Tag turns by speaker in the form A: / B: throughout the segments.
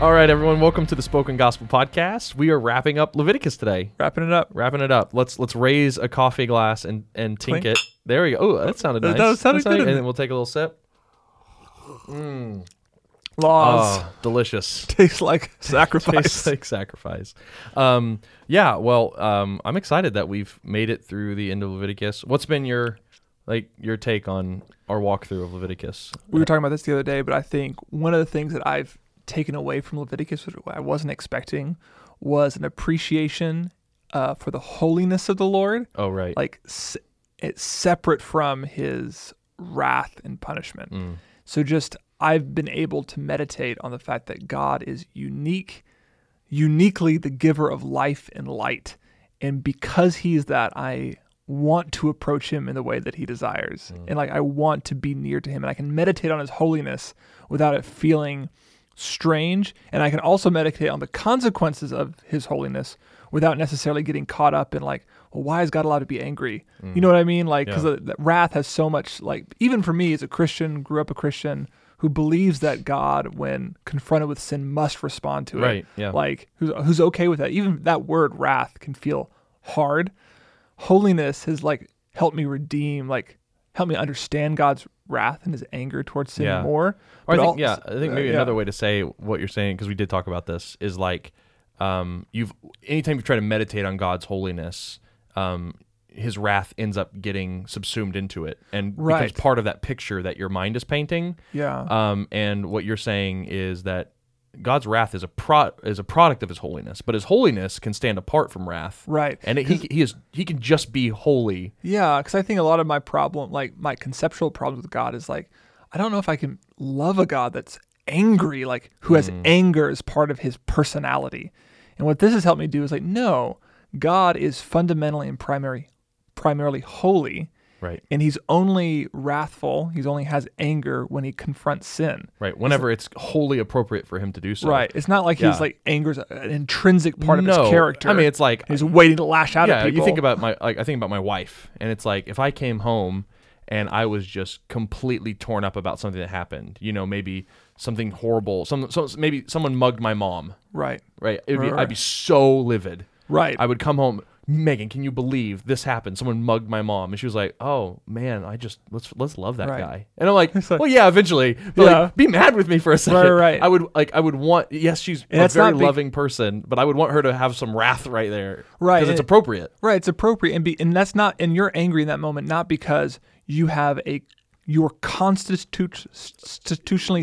A: All right, everyone, welcome to the Spoken Gospel Podcast. We are wrapping up Leviticus today.
B: Wrapping it up.
A: Wrapping it up. Let's let's raise a coffee glass and and tink
B: Clink.
A: it. There we go. Oh, that sounded nice.
B: That- that sounded
A: That's nice.
B: good.
A: And then we'll take a little sip.
B: Laws
A: Oh, delicious.
B: tastes like sacrifice.
A: Tastes like sacrifice. Um, yeah. Well, um, I'm excited that we've made it through the end of Leviticus. What's been your like your take on our walkthrough of Leviticus?
B: we were talking about this the other day, but I think one of the things that I've taken away from Leviticus, which I wasn't expecting, was an appreciation uh, for the holiness of the Lord,
A: Oh, right.
B: like se- it's separate from His wrath and punishment. So just I've been able to meditate on the fact that God is unique, uniquely the giver of life and light. And because he's that, I want to approach him in the way that he desires.
A: Mm.
B: And like I want to be near to him and I can meditate on his holiness without it feeling strange and I can also meditate on the consequences of his holiness without necessarily getting caught up in like well, why is God allowed to be angry? You know what I mean? Like, because
A: Mm. Yeah.
B: wrath has so much, like, even for me as a Christian, grew up a Christian who believes that God, when confronted with sin, must respond to it.
A: Right, yeah.
B: Like, who's, who's okay with that? Even that word wrath can feel hard. Holiness has, like, helped me redeem, like, helped me understand God's wrath and his anger towards sin
A: Yeah.
B: more.
A: Or I
B: But
A: think,
B: al-
A: yeah, I think
B: uh,
A: maybe
B: yeah.
A: another way to say what you're saying, because we did talk about this, is like um, you've anytime you try to meditate on God's holiness, um, His wrath ends up getting subsumed into it and becomes
B: Right.
A: part of that picture that your mind is painting.
B: Yeah.
A: Um, and what you're saying is that God's wrath is a pro- is a product of His holiness, but His holiness can stand apart from wrath,
B: Right.
A: And it, he he is he can just be holy.
B: Yeah, because I think a lot of my problem, like my conceptual problem with God, is like I don't know if I can love a God that's angry, like who
A: Mm.
B: has anger as part of his personality. And what this has helped me do is like, no, God is fundamentally and primary, primarily holy,
A: Right.
B: and He's only wrathful. He's only has anger when He confronts sin.
A: Right. Whenever it's wholly appropriate for Him to do so.
B: Right. It's not like
A: yeah.
B: he's like anger's an intrinsic part of
A: No,
B: his character.
A: I mean, it's like
B: he's waiting to lash out at
A: yeah,
B: people.
A: you think about my like I think about my wife, and it's like if I came home and I was just completely torn up about something that happened, you know, maybe something horrible, some so maybe someone mugged my mom,
B: right,
A: right? It'd be,
B: Right.
A: I'd be so livid.
B: right.
A: I would come home, Megan, can you believe this happened? Someone mugged my mom, and she was like, "Oh man, I just let's let's love that
B: Right.
A: guy." And I'm like,
B: like-
A: "Well, yeah, eventually, but
B: Yeah.
A: like, be mad with me for a second.
B: Right, right.
A: I would like I would want yes, she's
B: And
A: a
B: that's
A: very
B: not be-
A: loving person, but I would want her to have some wrath right there,
B: Right,
A: Because it's
B: and-
A: appropriate.
B: Right, it's appropriate, and be, and that's not, and you're angry in that moment not because you have a you're constitu- constitutionally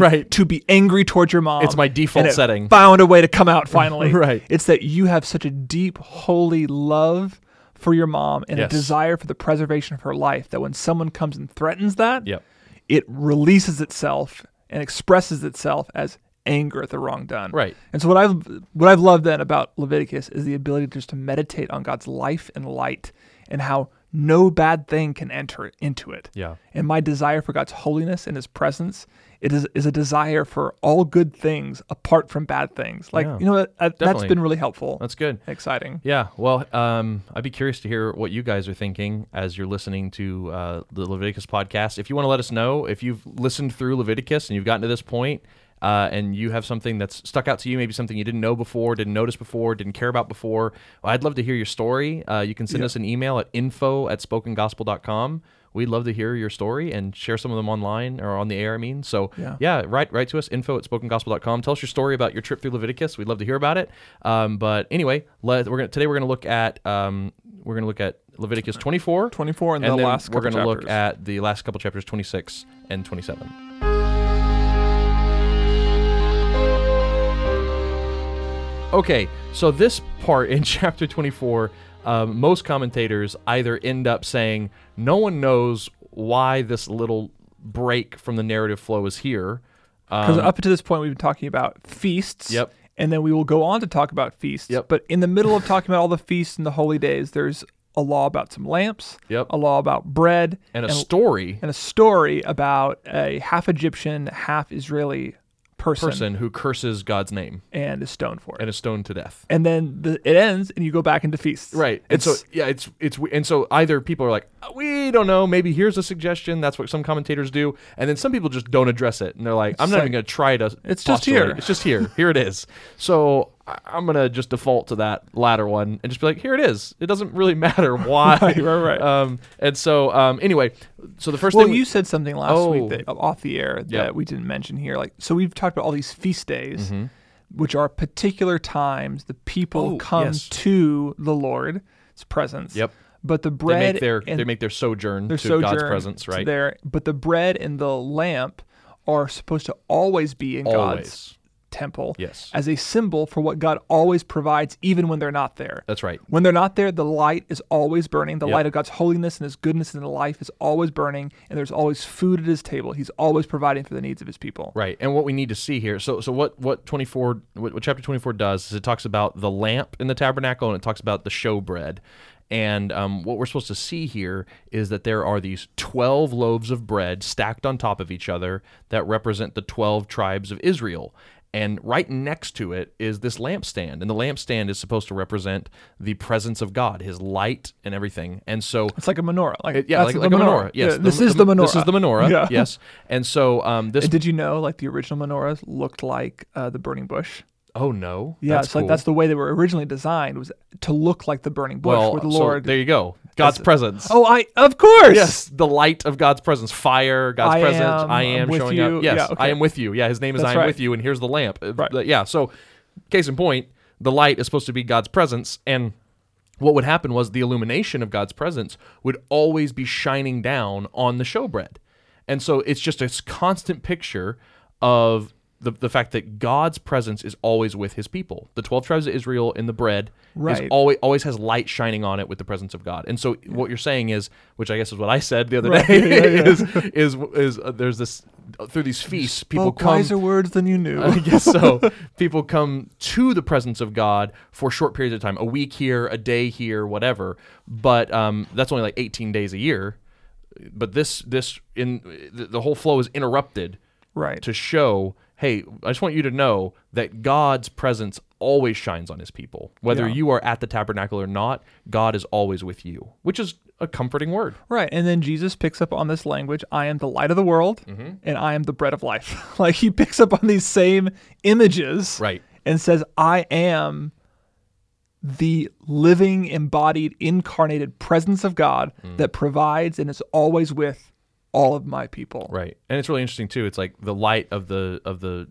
A: Right.
B: to be angry towards your mom.
A: It's my default
B: and it
A: setting.
B: Found a way to come out finally.
A: Right.
B: it's that you have such a deep, holy love for your mom and
A: Yes.
B: a desire for the preservation of her life that when someone comes and threatens that,
A: Yep.
B: it releases itself and expresses itself as anger at the wrong done.
A: Right.
B: And so what I've what I've loved then about Leviticus is the ability just to meditate on God's life and light and how no bad thing can enter into it.
A: Yeah.
B: And my desire for God's holiness and his presence it is is a desire for all good things apart from bad things. Like
A: Yeah.
B: you know that, that- that's
A: Definitely.
B: been really helpful.
A: That's good.
B: exciting.
A: Yeah. Well, um, I'd be curious to hear what you guys are thinking as you're listening to uh, the Leviticus podcast. If you want to let us know if you've listened through Leviticus and you've gotten to this point, uh, and you have something that's stuck out to you, maybe something you didn't know before, didn't notice before, didn't care about before, well, I'd love to hear your story. Uh, you can send us an email at info at spokengospel.com. We'd love to hear your story and share some of them online or on the air, I mean. So,
B: Yeah.
A: yeah, write write to us info at spokengospel.com. Tell us your story about your trip through Leviticus. We'd love to hear about it. Um, but anyway, let, we're gonna today we're gonna look at um, we're gonna look at Leviticus 24,
B: 24 and the
A: then
B: last
A: we're
B: couple
A: gonna look
B: chapters.
A: at the last couple chapters 26 and 27. Okay, so this part in chapter 24, um, most commentators either end up saying no one knows why this little break from the narrative flow is here.
B: Because up to this point, we've been talking about feasts.
A: Um, Yep.
B: And then we will go on to talk about feasts.
A: Yep.
B: But in the middle of talking about all the feasts and the holy days, there's a law about some lamps,
A: Yep.
B: a law about bread,
A: And a story
B: and a story about a half Egyptian, half Israeli person,
A: person who curses God's name
B: and is stoned for it.
A: and is stoned to death.
B: And then the, it ends, and you go back into feasts.
A: Right. And so
B: It's-
A: yeah, it's it's and so either people are like, "Uh, we don't know, maybe here's a suggestion. That's what some commentators do, and then some people just don't address it, and they're like, I'm not
B: like-
A: even going to try to.
B: It's just
A: postulate it.
B: here.
A: It's just here. Here it is. So I- I'm going to just default to that latter one and just be like, here it is. It doesn't really matter why.
B: Right, right, right.
A: Um, and so um, anyway, so the first
B: Well,
A: thing we-
B: you said something last
A: Oh.
B: week that, off the air that
A: Yeah.
B: we didn't mention here. Like, so we've talked about all these feast days, which are particular times the people
A: Mm-hmm. Oh,
B: come
A: yes.
B: to the Lord's presence.
A: Yep.
B: But the
A: they
B: bread
A: make their
B: and
A: they make their sojourn
B: their
A: to God's
B: sojourn
A: presence,
B: to
A: right?
B: There, but the bread and the lamp are supposed to always be in God's
A: Always.
B: temple.
A: Yes.
B: As a symbol for what God always provides, even when they're not there.
A: That's right.
B: When they're not there, the light is always burning. The
A: Yep.
B: light of God's holiness and His goodness and the life is always burning, and there's always food at His table. He's always providing for the needs of His people.
A: Right. And what we need to see here. So so what what 24 what, what chapter 24 does is it talks about the lamp in the tabernacle and it talks about the showbread. And um, what we're supposed to see here is that there are these 12 loaves of bread stacked on top of each other that represent the 12 tribes of Israel. And right next to it is this lampstand. And the lampstand is supposed to represent the presence of God, his light and everything. And so
B: It's like a menorah. Like,
A: it- yeah,
B: that's
A: like, like a menorah. Yes,
B: Yeah, this is the menorah.
A: This is the menorah.
B: Yeah.
A: Yes, and so um, this.
B: And did you know, like the original menorahs looked like uh, the burning bush?
A: oh no,
B: Yeah,
A: that's
B: it's
A: cool.
B: like that's the way they were originally designed was to look like the burning bush,
A: well,
B: where the
A: so
B: Lord.
A: there you go. God's presence.
B: oh, I of course.
A: yes, the light of God's presence, fire, God's
B: I
A: presence.
B: am
A: I am
B: with
A: showing
B: you.
A: up. Yes,
B: Yeah, okay.
A: I am with you. Yeah, His name is
B: That's
A: I am
B: right.
A: with you, and here's the lamp. Uh,
B: Right.
A: but Yeah. So, case in point, the light is supposed to be God's presence, and what would happen was the illumination of God's presence would always be shining down on the showbread, and so it's just a s- constant picture of. The, the fact that God's presence is always with his people. The 12 tribes of Israel in the bread is
B: Right.
A: always always has light shining on it with the presence of God. And so what you're saying is, which I guess is what I said the other day, is is is uh, there's this through these feasts people
B: Spoke
A: come.
B: Oh,
A: Uh,
B: wiser words than you knew.
A: I guess so. People come to the presence of God for short periods of time, a week here, a day here, whatever. But um, that's only like 18 days a year. But this this in the, the whole flow is interrupted
B: right.
A: to show, hey, I just want you to know that God's presence always shines on his people. Whether
B: Yeah.
A: you are at the tabernacle or not, God is always with you, which is a comforting word.
B: Right. And then Jesus picks up on this language I am the light of the world
A: Mm-hmm.
B: and I am the bread of life. like he picks up on these same images
A: Right.
B: and says, I am the living, embodied, incarnated presence of God
A: Mm.
B: that provides and is always with all of my people.
A: Right. And it's really interesting too. It's like the light of the of the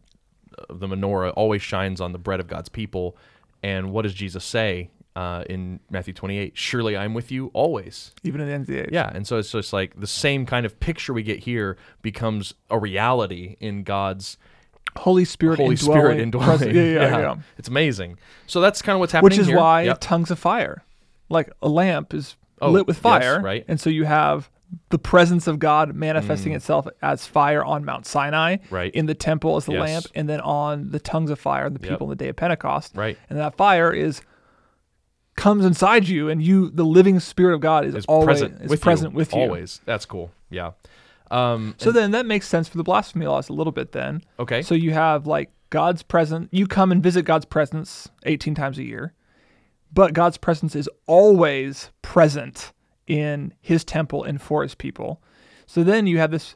A: of the menorah always shines on the bread of God's people. And what does Jesus say uh, in Matthew 28? Surely I'm with you always.
B: Even at the end of the age.
A: Yeah, and so it's just like the same kind of picture we get here becomes a reality in God's
B: Holy Spirit
A: Holy
B: indwelling.
A: Spirit indwelling.
B: presence- Yeah, yeah, yeah.
A: It's amazing. So that's kind of what's happening.
B: Which is
A: here.
B: why
A: Yep.
B: tongues of fire. Like a lamp is
A: Oh,
B: lit with
A: yes,
B: fire.
A: right. Mm.
B: And so you have the presence of God manifesting itself as fire on Mount Sinai,
A: Right.
B: in the temple as the
A: Yes.
B: lamp, and then on the tongues of fire, the people on the day of Pentecost.
A: Right.
B: And that fire is comes inside you and you the living spirit of God is,
A: It's
B: always
A: present
B: is
A: with
B: present
A: you,
B: with you.
A: Always. That's cool. Yeah. Um,
B: So then that makes sense for the blasphemy laws a little bit then.
A: Okay.
B: So you have like God's presence, you come and visit God's presence 18 times a year, but God's presence is always present in his temple and for his people. So then you have this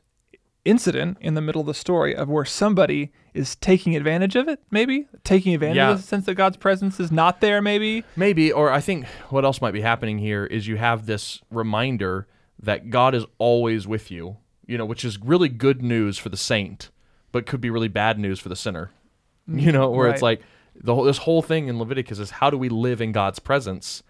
B: incident in the middle of the story of where somebody is taking advantage of it, maybe taking advantage
A: Yeah.
B: of the sense that God's presence is not there, maybe.
A: maybe, or I think what else might be happening here is you have this reminder that God is always with you. You know, which is really good news for the saint, but could be really bad news for the sinner. You know, where it's
B: right.
A: like the whole, this whole thing in Leviticus is how do we live in God's presence?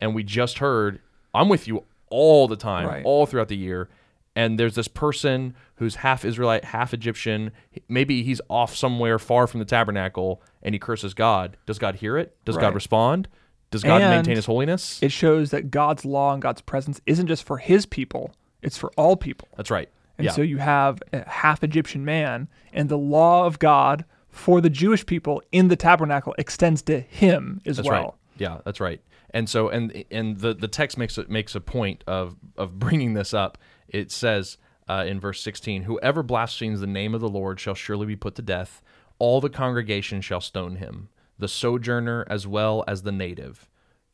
A: And we just heard, I'm with you all the time,
B: Right.
A: all throughout the year. And there's this person who's half Israelite, half Egyptian. Maybe he's off somewhere far from the tabernacle and he curses God. Does God hear it? Does God
B: Right.
A: respond? Does God maintain
B: And-
A: his holiness?
B: It shows that God's law and God's presence isn't just for his people, it's for all people.
A: That's right.
B: And
A: Yeah.
B: so you have a half Egyptian man, and the law of God for the Jewish people in the tabernacle extends to him as
A: That's
B: well.
A: right. Yeah, that's right. And so and and the the text makes it makes a point of of bringing this up. It says uh, in verse 16, whoever blasphemes the name of the Lord shall surely be put to death. All the congregation shall stone him, the sojourner as well as the native.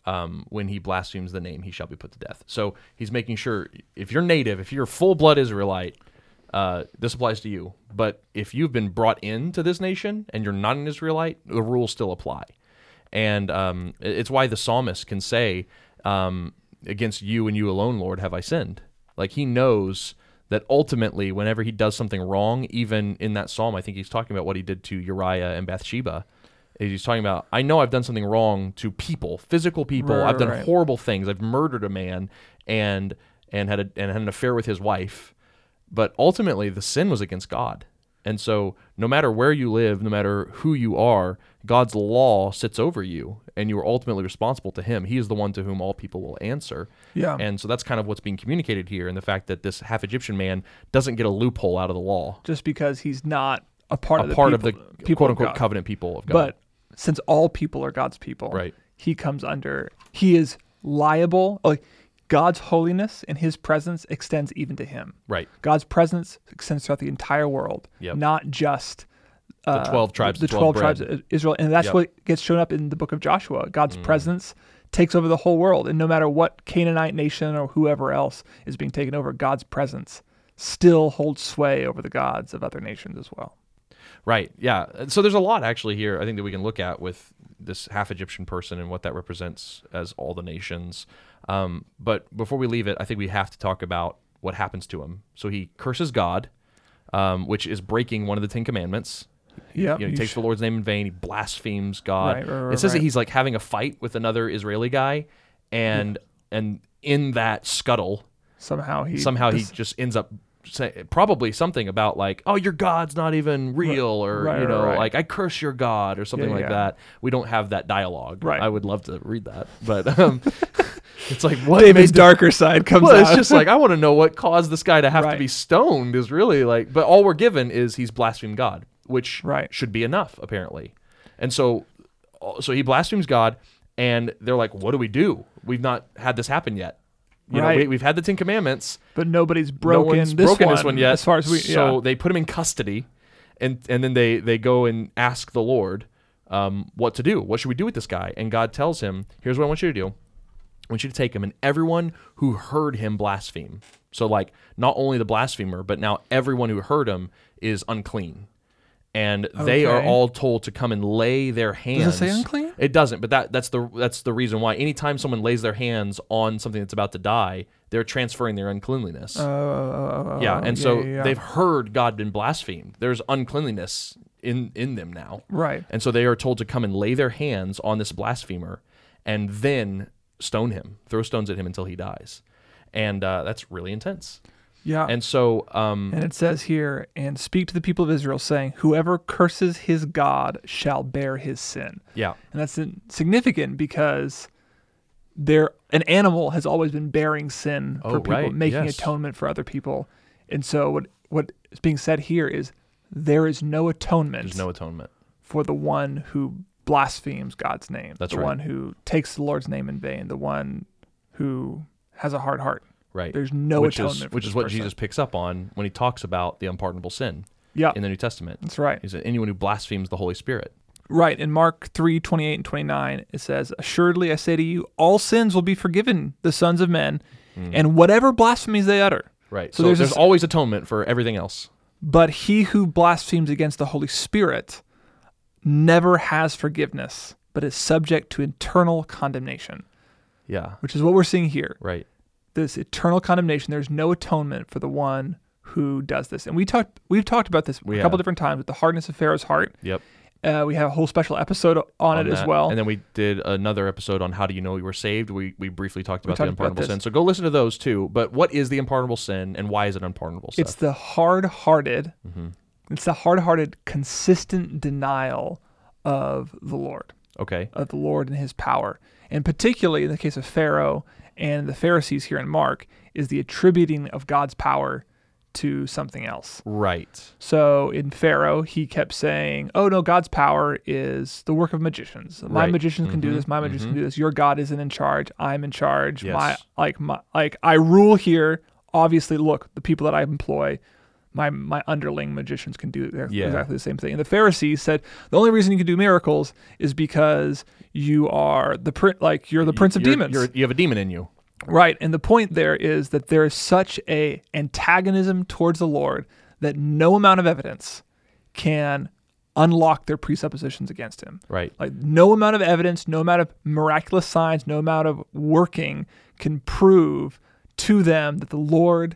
A: Um, when he blasphemes the name, he shall be put to death. So he's making sure if you're native, if you're full blood Israelite, uh, this applies to you. But if you've been brought into this nation and you're not an Israelite, the rules still apply and um, it- it's why the psalmist can say, um, "Against you and you alone, Lord, have I sinned." Like he knows that ultimately, whenever he does something wrong, even in that psalm, I think he's talking about what he did to Uriah and Bathsheba. He's talking about, I know I've done something wrong to people, physical people. I've done
B: Right.
A: horrible things. I've murdered a man and and had a, and had an affair with his wife but ultimately the sin was against God. And so no matter where you live, no matter who you are, God's law sits over you and you are ultimately responsible to him. He is the one to whom all people will answer.
B: Yeah.
A: And so that's kind of what's being communicated here and the fact that this half Egyptian man doesn't get a loophole out of the law.
B: Just because he's not a part
A: A
B: of the
A: part
B: people,
A: of the
B: people
A: quote unquote
B: God.
A: covenant people of God.
B: But since all people are God's people,
A: Right.
B: he comes under, he is liable. Like God's holiness and his presence extends even to him.
A: right.
B: God's presence extends throughout the entire world,
A: Yep.
B: not just
A: The twelve tribes,
B: uh, the
A: the twelve, bread.
B: tribes of Israel. And that's
A: Yep. Mm.
B: what gets shown up in the book of Joshua. God's presence takes over the whole world. And no matter what Canaanite nation or whoever else is being taken over, God's presence still holds sway over the gods of other nations as well.
A: Right. Yeah. And So there's a lot actually here. I think that we can look at with this half Egyptian person and what that represents as all the nations. Um, but before we leave it, I think we have to talk about what happens to him. So he curses God, um, which is breaking one of the Ten Commandments.
B: Yeah.
A: You know, he takes the Lord's name in vain. He blasphemes God.
B: Right, right, right,
A: it says
B: right.
A: that he's like having a fight with another Israeli guy, and and in that scuttle,
B: somehow he
A: somehow he
B: dis-
A: just ends up say, probably something about like, "Oh, your God's not even real," or
B: Right,
A: you
B: right,
A: know,
B: right.
A: like "I curse your God" or something
B: Yeah,
A: like
B: yeah.
A: that. We don't have that dialogue.
B: Right.
A: I would love to read that, but um, it's like what made
B: David's
A: th-
B: darker side comes
A: Well,
B: out.
A: it's just like I want to know what caused this guy to have to
B: Right.
A: be stoned. Is really like, but all we're given is he's blasphemed God, which
B: Right.
A: should be enough apparently. And so, uh, so he blasphemes God, and they're like, "What do we do? We've not had this happen yet." You
B: Right.
A: know, we, we've had the Ten Commandments
B: but nobody's broken,
A: no one's
B: this,
A: broken
B: one,
A: this one yet.
B: As far as we,
A: so
B: yeah.
A: they put him in custody, and and then they they go and ask the Lord, um, what to do? What should we do with this guy? And God tells him, here's what I want you to do. I want you to take him and everyone who heard him blaspheme. So like not only the blasphemer, but now everyone who heard him is unclean. And they are
B: Okay.
A: all told to come and lay their hands.
B: say unclean?
A: It doesn't, but that that's the that's the reason why. Anytime someone lays their hands on something that's about to die, they're transferring their
B: Oh,
A: uncleanliness. yeah, and
B: Um, yeah,
A: so
B: yeah, yeah.
A: they've heard God been blasphemed. There's uncleanliness in in them now,
B: right.
A: and so they are told to come and lay their hands on this blasphemer, and then stone him, throw stones at him until he dies, and uh, that's really intense.
B: Yeah.
A: And so, um,
B: And it says here, and speak to the people of Israel, saying, Whoever curses his God shall bear his sin.
A: yeah,
B: And that's in- significant because there an animal has always been bearing sin for
A: Oh,
B: people,
A: right,
B: making
A: yes.
B: atonement for other people. And so what what is being said here is there is no atonement
A: there's no atonement.
B: for the one who blasphemes God's name,
A: That's
B: the
A: right.
B: one who takes the Lord's name in vain, the one who has a hard heart.
A: Right.
B: There's no
A: which
B: atonement
A: Is,
B: for
A: which
B: this
A: is what
B: person.
A: Jesus picks up on when he talks about the unpardonable sin
B: Yeah,
A: in the New Testament.
B: that's right.
A: He said, anyone who blasphemes the Holy Spirit.
B: Right. In Mark 3 28 and 29, it says, Assuredly I say to you, all sins will be forgiven the sons of men, and whatever blasphemies they utter.
A: Right.
B: So
A: So,
B: there's
A: there's,
B: this-
A: always atonement for everything else.
B: But he who blasphemes against the Holy Spirit never has forgiveness, but is subject to eternal condemnation,
A: Yeah.
B: which is what we're seeing here.
A: Right.
B: This eternal condemnation, there's no atonement for the one who does this. And we talked we've talked about this a
A: Yeah.
B: couple different times with the hardness of Pharaoh's heart.
A: Yep.
B: Uh, we have a whole special episode on, it as
A: that.
B: well.
A: And then we did another episode on how do you know you were saved. We we briefly talked about
B: talked
A: the
B: about
A: unpardonable
B: this.
A: sin. So go listen to those too. But what is the unpardonable sin and why is it unpardonable? Seth?
B: It's the hard hearted, it's the hard hearted, consistent denial of the Lord,
A: okay.
B: of the Lord and his power. And particularly in the case of Pharaoh and the Pharisees here in Mark, is the attributing of God's power to something else.
A: Right.
B: So in Pharaoh, he kept saying, "Oh no, God's power is the work of magicians. My
A: Right. Mm-hmm.
B: magicians can do this. My magicians can do this. Your God isn't in charge. I'm in charge. My
A: Yes.
B: like my like I rule here. Obviously, look, the people that I employ." My, my underling magicians can do their-
A: Yeah.
B: exactly the same thing. And the Pharisees said the only reason you can do miracles is because you are the prin- like you're the prince of
A: You're-
B: demons.
A: you're- you have a demon in you.
B: Right, and the point there is that there is such a antagonism towards the Lord that no amount of evidence can unlock their presuppositions against him.
A: Right.
B: Like no amount of evidence, no amount of miraculous signs, no amount of working can prove to them that the Lord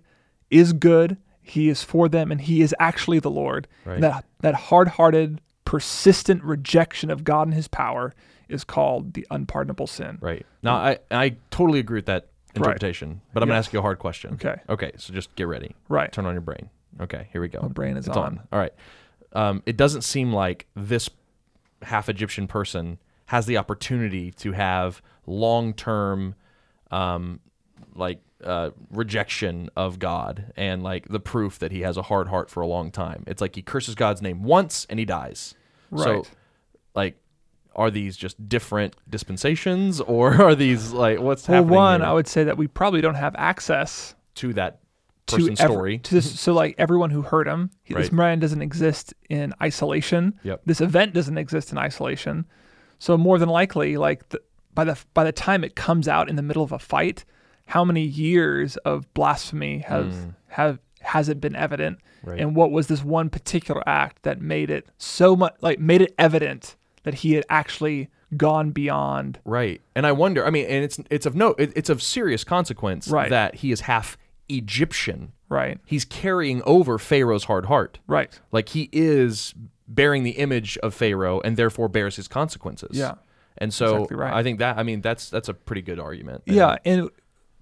B: is good, he is for them and he is actually the Lord.
A: Right.
B: That that hard-hearted persistent rejection of God and his power is called the unpardonable sin.
A: Right. Now, I I totally agree with that interpretation, but I'm gonna
B: Yes.
A: ask you a hard question.
B: Okay.
A: Okay. So just get ready.
B: Right.
A: Turn on your brain. Okay. Here we go. My
B: brain is
A: it's
B: on.
A: All right. Um, it doesn't seem like this half Egyptian person has the opportunity to have long term, um, like uh, rejection of God and like the proof that he has a hard heart for a long time. It's like he curses God's name once and he dies. So,
B: Right.
A: like. Are these just different dispensations, or are these like what's
B: Well,
A: happening
B: one,
A: here
B: I would say that we probably don't have access
A: to that
B: to
A: person's
B: ev-
A: story?
B: to this. So, like everyone who heard him, he- this
A: Right.
B: man doesn't exist in isolation.
A: Yep.
B: This event doesn't exist in isolation. So, more than likely, like the, by the by the time it comes out in the middle of a fight, how many years of blasphemy has have hasn't been evident?
A: Mm. Right.
B: And what was this one particular act that made it so much like made it evident that he had actually gone beyond
A: Right. And I wonder, I mean, and it's it's of no it, it's of serious consequence
B: Right.
A: that he is half Egyptian.
B: right?
A: He's carrying over Pharaoh's hard heart.
B: Right.
A: Like he is bearing the image of Pharaoh and therefore bears his consequences.
B: Yeah.
A: And so
B: Exactly right.
A: I think that I mean that's that's a pretty good argument. And-
B: Yeah, and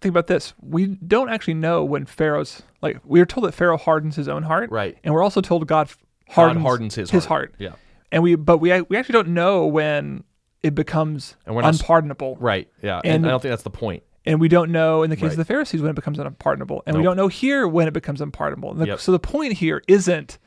B: think about this. We don't actually know when Pharaoh's like we are told that Pharaoh hardens his own heart.
A: Right.
B: And we're also told God f-
A: God
B: hardens,
A: hardens his,
B: heart.
A: Yeah.
B: And we but we we actually don't know when it becomes
A: And we're not s-
B: unpardonable.
A: Right. Yeah. And,
B: And-
A: I don't think that's the point.
B: And we don't know in the case
A: Right.
B: of the Pharisees when it becomes unpardonable. And we
A: Nope.
B: don't know here when it becomes unpardonable. And the-
A: Yep.
B: So the point here isn't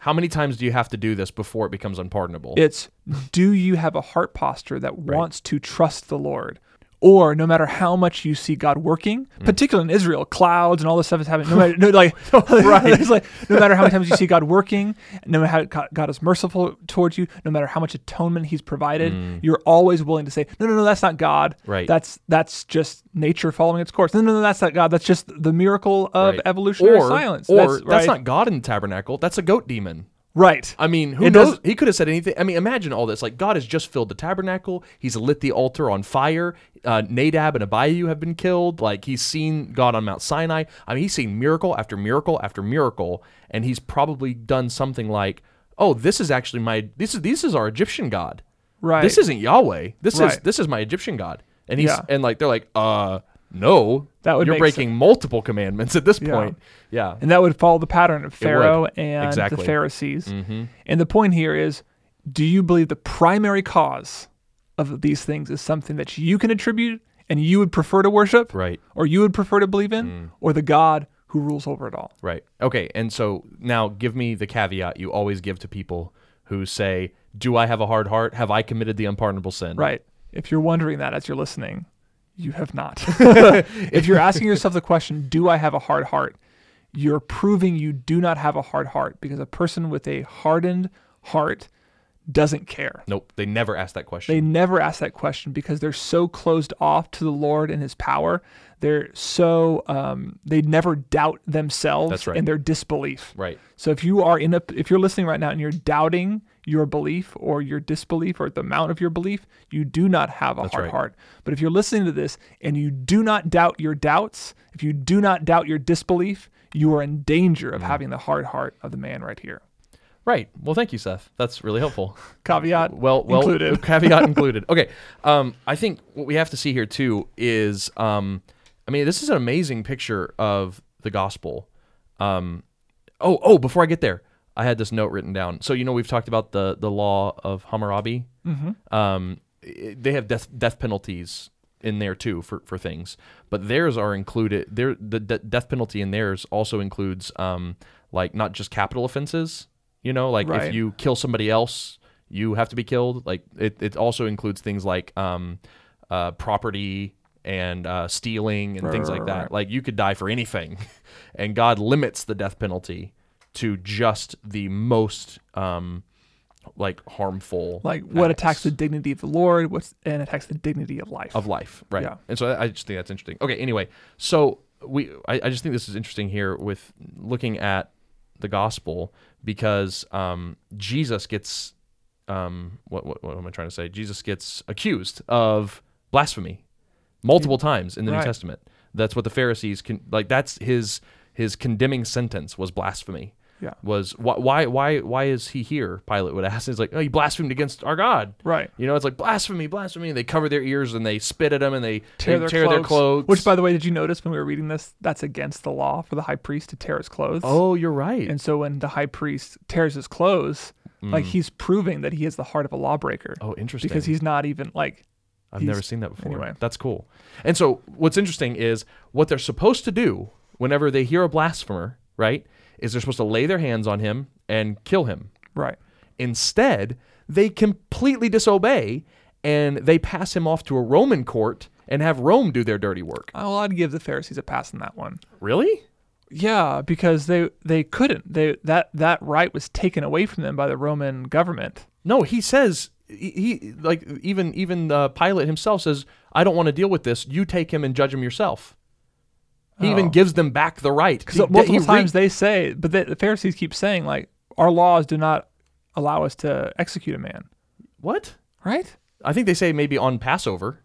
A: How many times do you have to do this before it becomes unpardonable?
B: It's do you have a heart posture that wants to trust the Lord? Or no matter how much you see God working,
A: Mm.
B: particularly in Israel, clouds and all this stuff is happening. No matter, no, like, it's like, no matter how many times you see God working, no matter how God- God is merciful towards you, no matter how much atonement He's provided, you're always willing to say, no, no, no, that's not God.
A: Mm. Right.
B: That's that's just nature following its course. No, no, no, that's not God. That's just the miracle of
A: Right.
B: evolutionary
A: or,
B: silence.
A: Or
B: that's, right.
A: not God in the tabernacle. That's a goat demon.
B: right.
A: I mean, who
B: It
A: knows?
B: doesn't-
A: He could have said anything. I mean, imagine all this. Like, God has just filled the tabernacle. He's lit the altar on fire. Uh, Nadab and Abihu have been killed. Like, he's seen God on Mount Sinai. I mean, he's seen miracle after miracle after miracle. And he's probably done something like, oh, this is actually my, this is, this is our Egyptian God.
B: Right.
A: This isn't Yahweh. This is,
B: Right.
A: this is my Egyptian God. And he's,
B: Yeah.
A: and like, they're like, uh, no.
B: That would
A: You're
B: make
A: breaking multiple commandments at this point. Yeah.
B: And that would follow the pattern of Pharaoh
A: would.
B: and the
A: Exactly. Mm-hmm.
B: Pharisees. And the point here is do you believe the primary cause of these things is something that you can attribute and you would prefer to worship?
A: Right. Mm.
B: Or you would prefer to believe in? Or the God who rules over it all?
A: Right. Okay. And so now give me the caveat you always give to people who say, Do I have a hard heart? Have I committed the unpardonable sin?
B: Right. If you're wondering that as you're listening, you have not. if you're asking yourself the question, do I have a hard heart? You're proving you do not have a hard heart because a person with a hardened heart doesn't care.
A: Nope. They never ask that question.
B: They never ask that question because they're so closed off to the Lord and His power. They're so um, they never doubt themselves
A: That's right.
B: and their disbelief.
A: Right.
B: So if you are in a if you're listening right now and you're doubting your belief or your disbelief or the amount of your belief, you do not have a hard
A: right.
B: heart. But if you're listening to this and you do not doubt your doubts, if you do not doubt your disbelief, you are in danger
A: Mm-hmm.
B: of having the hard heart of the man right here.
A: Right. Well, thank you, Seth. That's really helpful.
B: Caveat
A: well, well,
B: included.
A: caveat included. Okay. Um, I think what we have to see here too is, um, I mean, this is an amazing picture of the gospel. Um, oh, oh, before I get there, I had this note written down. So you know, we've talked about the the law of Hammurabi. Mm-hmm. Um, i- they have death death penalties in there too for, for things, but theirs are included. Their the de- death penalty in theirs also includes um like not just capital offenses. You know, like if
B: Right.
A: you kill somebody else, you have to be killed. Like it, it also includes things like um uh property and uh, stealing and things
B: right,
A: like
B: right,
A: that.
B: right.
A: Like you could die for anything, and God limits the death penalty to just the most um like harmful
B: Like what
A: acts
B: attacks the dignity of the Lord, what's and attacks the dignity of life.
A: of life, right?
B: Yeah.
A: And so I I just think that's interesting. Okay, anyway, so we I, I just think this is interesting here with looking at the gospel because um, Jesus gets um, what, what what am I trying to say? Jesus gets accused of blasphemy multiple times in the New
B: Right.
A: Testament. That's what the Pharisees can like. That's his his condemning sentence was blasphemy.
B: Yeah.
A: Was why why why why is he here? Pilate would ask. He's like, oh, you blasphemed against our God.
B: Right.
A: You know, it's like blasphemy, blasphemy. And they cover their ears and they spit at them and they
B: Tear,
A: they
B: their,
A: tear
B: clothes,
A: their clothes.
B: Which by the way, did you notice when we were reading this? That's against the law for the high priest to tear his clothes.
A: oh, you're right.
B: And so when the high priest tears his clothes, like he's proving that he has the heart of a lawbreaker.
A: Mm. oh, interesting.
B: because he's not even like
A: I've never
B: he's-
A: seen that before.
B: anyway.
A: That's cool. And so what's interesting is what they're supposed to do whenever they hear a blasphemer, right, is they're supposed to lay their hands on him and kill him.
B: right.
A: Instead, they completely disobey and they pass him off to a Roman court and have Rome do their dirty work.
B: Oh, Well, I'd give the Pharisees a pass on that one.
A: Really?
B: Yeah, because they they couldn't. They that that right was taken away from them by the Roman government.
A: No, he says he, he like even even uh, Pilate himself says, "I don't want to deal with this. You take him and judge him yourself." He even
B: Oh.
A: gives them back the right
B: Because multiple times they say, but the, the Pharisees keep saying like our laws do not allow us to execute a man,
A: what?
B: right?
A: I think they say maybe on Passover.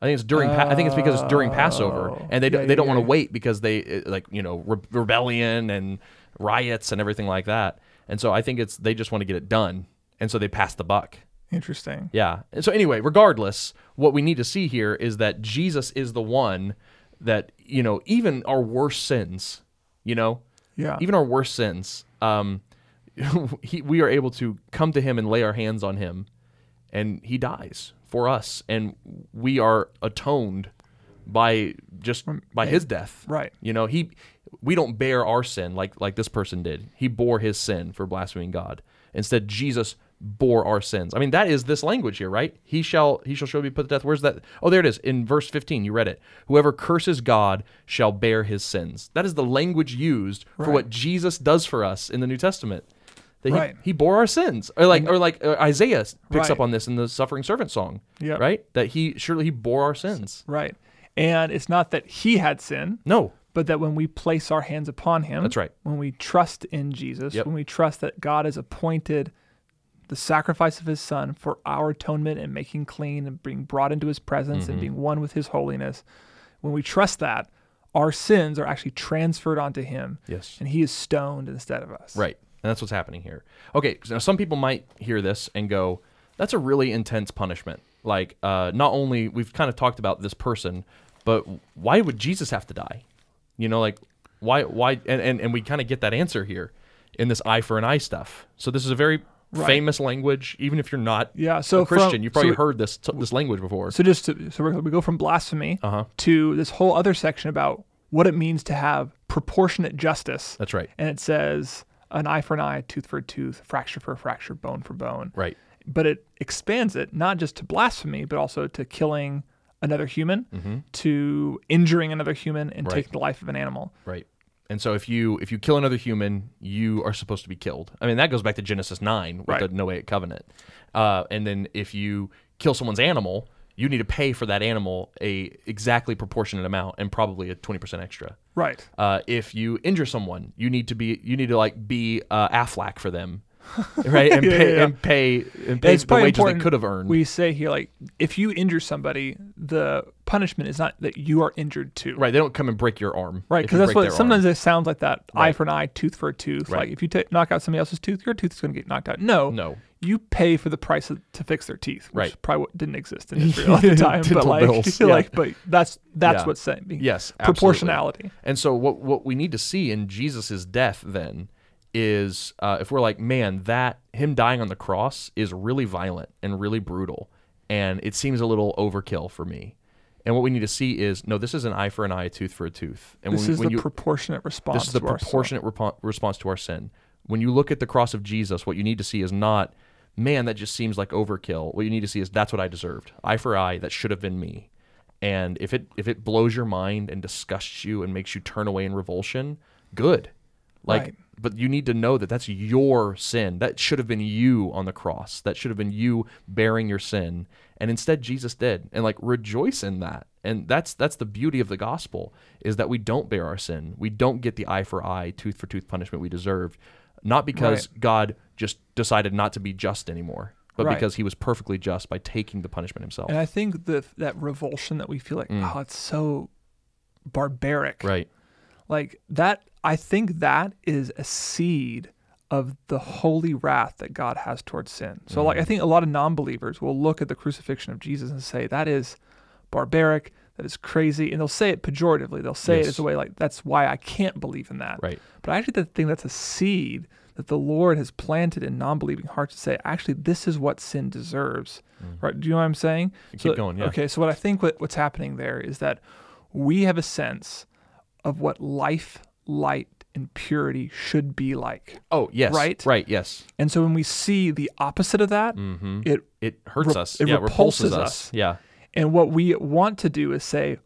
A: I think it's during. Pa- I think it's because it's during Passover,
B: Oh.
A: and they d-
B: Yeah,
A: they don't
B: yeah,
A: want to
B: yeah.
A: wait because they uh, like you know re- rebellion and riots and everything like that. And so I think it's they just want to get it done, and so they pass the buck.
B: Interesting.
A: Yeah. And so anyway, regardless, what we need to see here is that Jesus is the one that, you know, even our worst sins, you know,
B: Yeah.
A: even our worst sins, um, he, we are able to come to him and lay our hands on him and he dies for us and we are atoned by just by his death.
B: Right.
A: You know, he we don't bear our sin like like this person did. He bore his sin for blaspheming God. Instead, Jesus bore our sins. I mean, that is this language here, right? He shall he shall surely be put to death. Where's that? Oh, there it is. In verse 15, you read it. Whoever curses God shall bear his sins. That is the language used for what Jesus does for us in the New Testament. That he,
B: Right.
A: he bore our sins. Or like or like uh, Isaiah picks
B: Right.
A: up on this in the suffering servant song.
B: Yep.
A: Right? That he surely he bore our sins.
B: Right. And it's not that he had sin,
A: No.
B: but that when we place our hands upon him,
A: That's right.
B: When we trust in Jesus,
A: Yep.
B: when we trust that God has appointed the sacrifice of his son for our atonement and making clean and being brought into his presence
A: Mm-hmm.
B: and being one with his holiness, when we trust that, our sins are actually transferred onto him.
A: Yes.
B: And he is stoned instead of us.
A: Right. And that's what's happening here. Okay. So now some people might hear this and go, that's a really intense punishment. Like, uh, not only we've kind of talked about this person, but why would Jesus have to die? You know, like, why, why, and, and, and we kind of get that answer here in this eye for an eye stuff. So this is a very famous language, even if you're not
B: Yeah, so
A: a Christian.
B: from-
A: you've probably
B: so-
A: heard this, this language before.
B: So just to, so we're, we go from blasphemy
A: Uh-huh.
B: to this whole other section about what it means to have proportionate justice.
A: That's right.
B: And it says an eye for an eye, tooth for a tooth, fracture for a fracture, bone for bone.
A: Right.
B: But it expands it not just to blasphemy, but also to killing another human, to injuring another human,
A: Mm-hmm.
B: and
A: Right.
B: taking the life of an animal.
A: Right. And so if you if you kill another human, you are supposed to be killed. I mean that goes back to Genesis nine with
B: Right.
A: the Noahic covenant. Uh, and then if you kill someone's animal, you need to pay for that animal a exactly proportionate amount and probably a twenty percent extra.
B: Right.
A: Uh, if you injure someone, you need to be you need to like be uh, Aflac for them, right? And
B: Yeah,
A: pay
B: yeah, yeah.
A: and pay and pay the
B: probably
A: wages they
B: important
A: could have earned.
B: We say here, like, if you injure somebody, the punishment is not that you are injured too.
A: right? They don't come and break your arm,
B: Right,
A: if
B: because
A: you
B: that's
A: break
B: what
A: their arm.
B: sometimes it sounds like that eye for an eye, tooth for a tooth.
A: Right.
B: Like if you ta knock out somebody else's tooth, your tooth is going to get knocked out. No,
A: No.
B: you pay for the price of, to fix their teeth, which
A: Right.
B: probably didn't exist in Israel at the time. but
A: Dental
B: like,
A: bills, yeah.
B: like, but that's that's
A: Yeah.
B: what's saying. being-
A: Yes, absolutely.
B: proportionality.
A: And so what what we need to see in Jesus' death then is uh, if we're like, man, that him dying on the cross is really violent and really brutal, and it seems a little overkill for me. And what we need to see is no, this is an eye for an eye, a tooth for a tooth. And
B: This
A: when,
B: is
A: when
B: the
A: you,
B: proportionate response.
A: this is the
B: to our sin.
A: proportionate repo- response to our sin. When you look at the cross of Jesus, what you need to see is not, man, that just seems like overkill. What you need to see is that's what I deserved. Eye for eye, that should have been me. And if it if it blows your mind and disgusts you and makes you turn away in revulsion, good. Like
B: Right.
A: but you need to know that that's your sin. That should have been you on the cross. That should have been you bearing your sin. And instead Jesus did. And like rejoice in that. And that's that's the beauty of the gospel is that we don't bear our sin. We don't get the eye for eye, tooth for tooth punishment we deserved, not because God just decided not to be just anymore, but
B: Right.
A: because he was perfectly just by taking the punishment himself.
B: And I think the that revulsion that we feel like,
A: Mm.
B: oh, it's so barbaric.
A: right.
B: Like that I think that is a seed of the holy wrath that God has towards sin. So like
A: Mm-hmm.
B: I think a lot of non-believers will look at the crucifixion of Jesus and say that is barbaric, that is crazy, and they'll say it pejoratively. They'll say it
A: Yes.
B: as a way like that's why I can't believe in that.
A: Right.
B: But I actually th- think that's a seed that the Lord has planted in non-believing hearts to say, actually, this is what sin deserves.
A: Mm.
B: Right? Do you know what I'm saying?
A: Keep going, yeah.
B: Okay. So what I think what, what's happening there is that we have a sense of what life, light, and purity should be like.
A: Oh, yes.
B: Right?
A: Right, yes.
B: And so when we see the opposite of that,
A: Mm-hmm.
B: it
A: It hurts
B: Re-
A: us.
B: it
A: yeah, repulses
B: repulses
A: us.
B: us.
A: Yeah.
B: and what we want to do is say,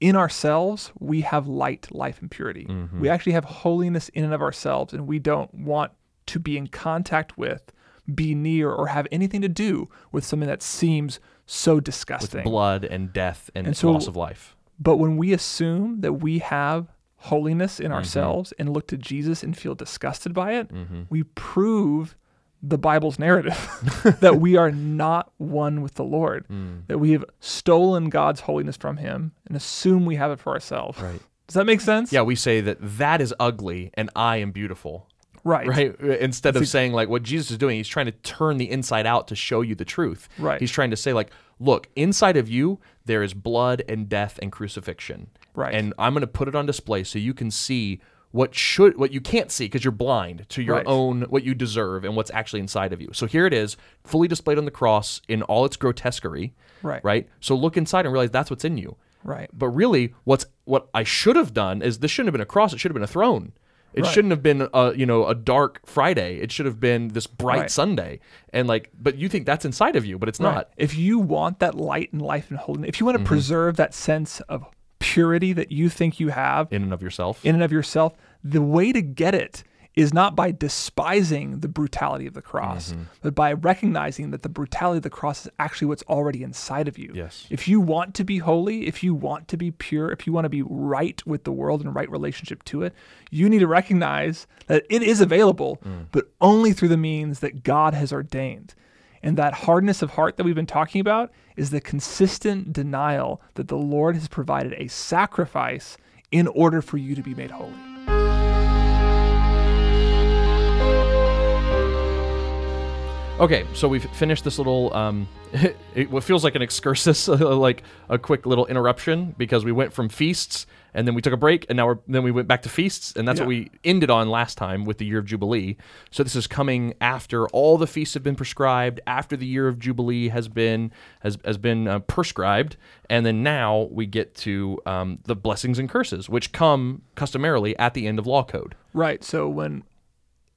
B: in ourselves, we have light, life, and purity.
A: Mm-hmm.
B: We actually have holiness in and of ourselves, and we don't want to be in contact with, be near, or have anything to do with something that seems so disgusting.
A: Blood and death and,
B: And so-
A: loss of life.
B: But when we assume that we have holiness in ourselves and look to Jesus and feel disgusted by it, we prove the Bible's narrative that we are not one with the Lord, that we have stolen God's holiness from Him and assume we have it for ourselves. Right. Does that make sense?
A: Yeah, we say that that is ugly and I am beautiful.
B: Right.
A: Right? Instead of saying like what Jesus is doing, he's trying to turn the inside out to show you the truth.
B: Right.
A: He's trying to say like, look, inside of you there is blood and death and crucifixion.
B: Right.
A: And I'm going to put it on display so you can see what should what you can't see because you're blind to your
B: Right.
A: own what you deserve and what's actually inside of you. So here it is, fully displayed on the cross in all its grotesquerie.
B: Right.
A: Right? So look inside and realize that's what's in you.
B: Right.
A: But really, what's what I should have done is this shouldn't have been a cross. It should have been a throne. It shouldn't have been a you know a dark Friday. It should have been this bright
B: Right.
A: Sunday. And like, but you think that's inside of you, but it's
B: Right.
A: not.
B: If you want that light and life and holiness, if you want to preserve that sense of purity that you think you have,
A: In and of yourself,
B: in and of yourself, the way to get it is not by despising the brutality of the cross, but by recognizing that the brutality of the cross is actually what's already inside of you.
A: Yes.
B: If you want to be holy, if you want to be pure, if you want to be right with the world and right relationship to it, you need to recognize that it is available, but only through the means that God has ordained. And that hardness of heart that we've been talking about is the consistent denial that the Lord has provided a sacrifice in order for you to be made holy.
A: Okay, so we've finished this little, um, it, what feels like an excursus, uh, like a quick little interruption, because we went from feasts and then we took a break, and now we're then we went back to feasts, and that's what
B: Yeah.
A: we ended on last time with the year of jubilee. So this is coming after all the feasts have been prescribed, after the year of jubilee has been has has been uh, prescribed, and then now we get to um, the blessings and curses, which come customarily at the end of law code.
B: Right. So when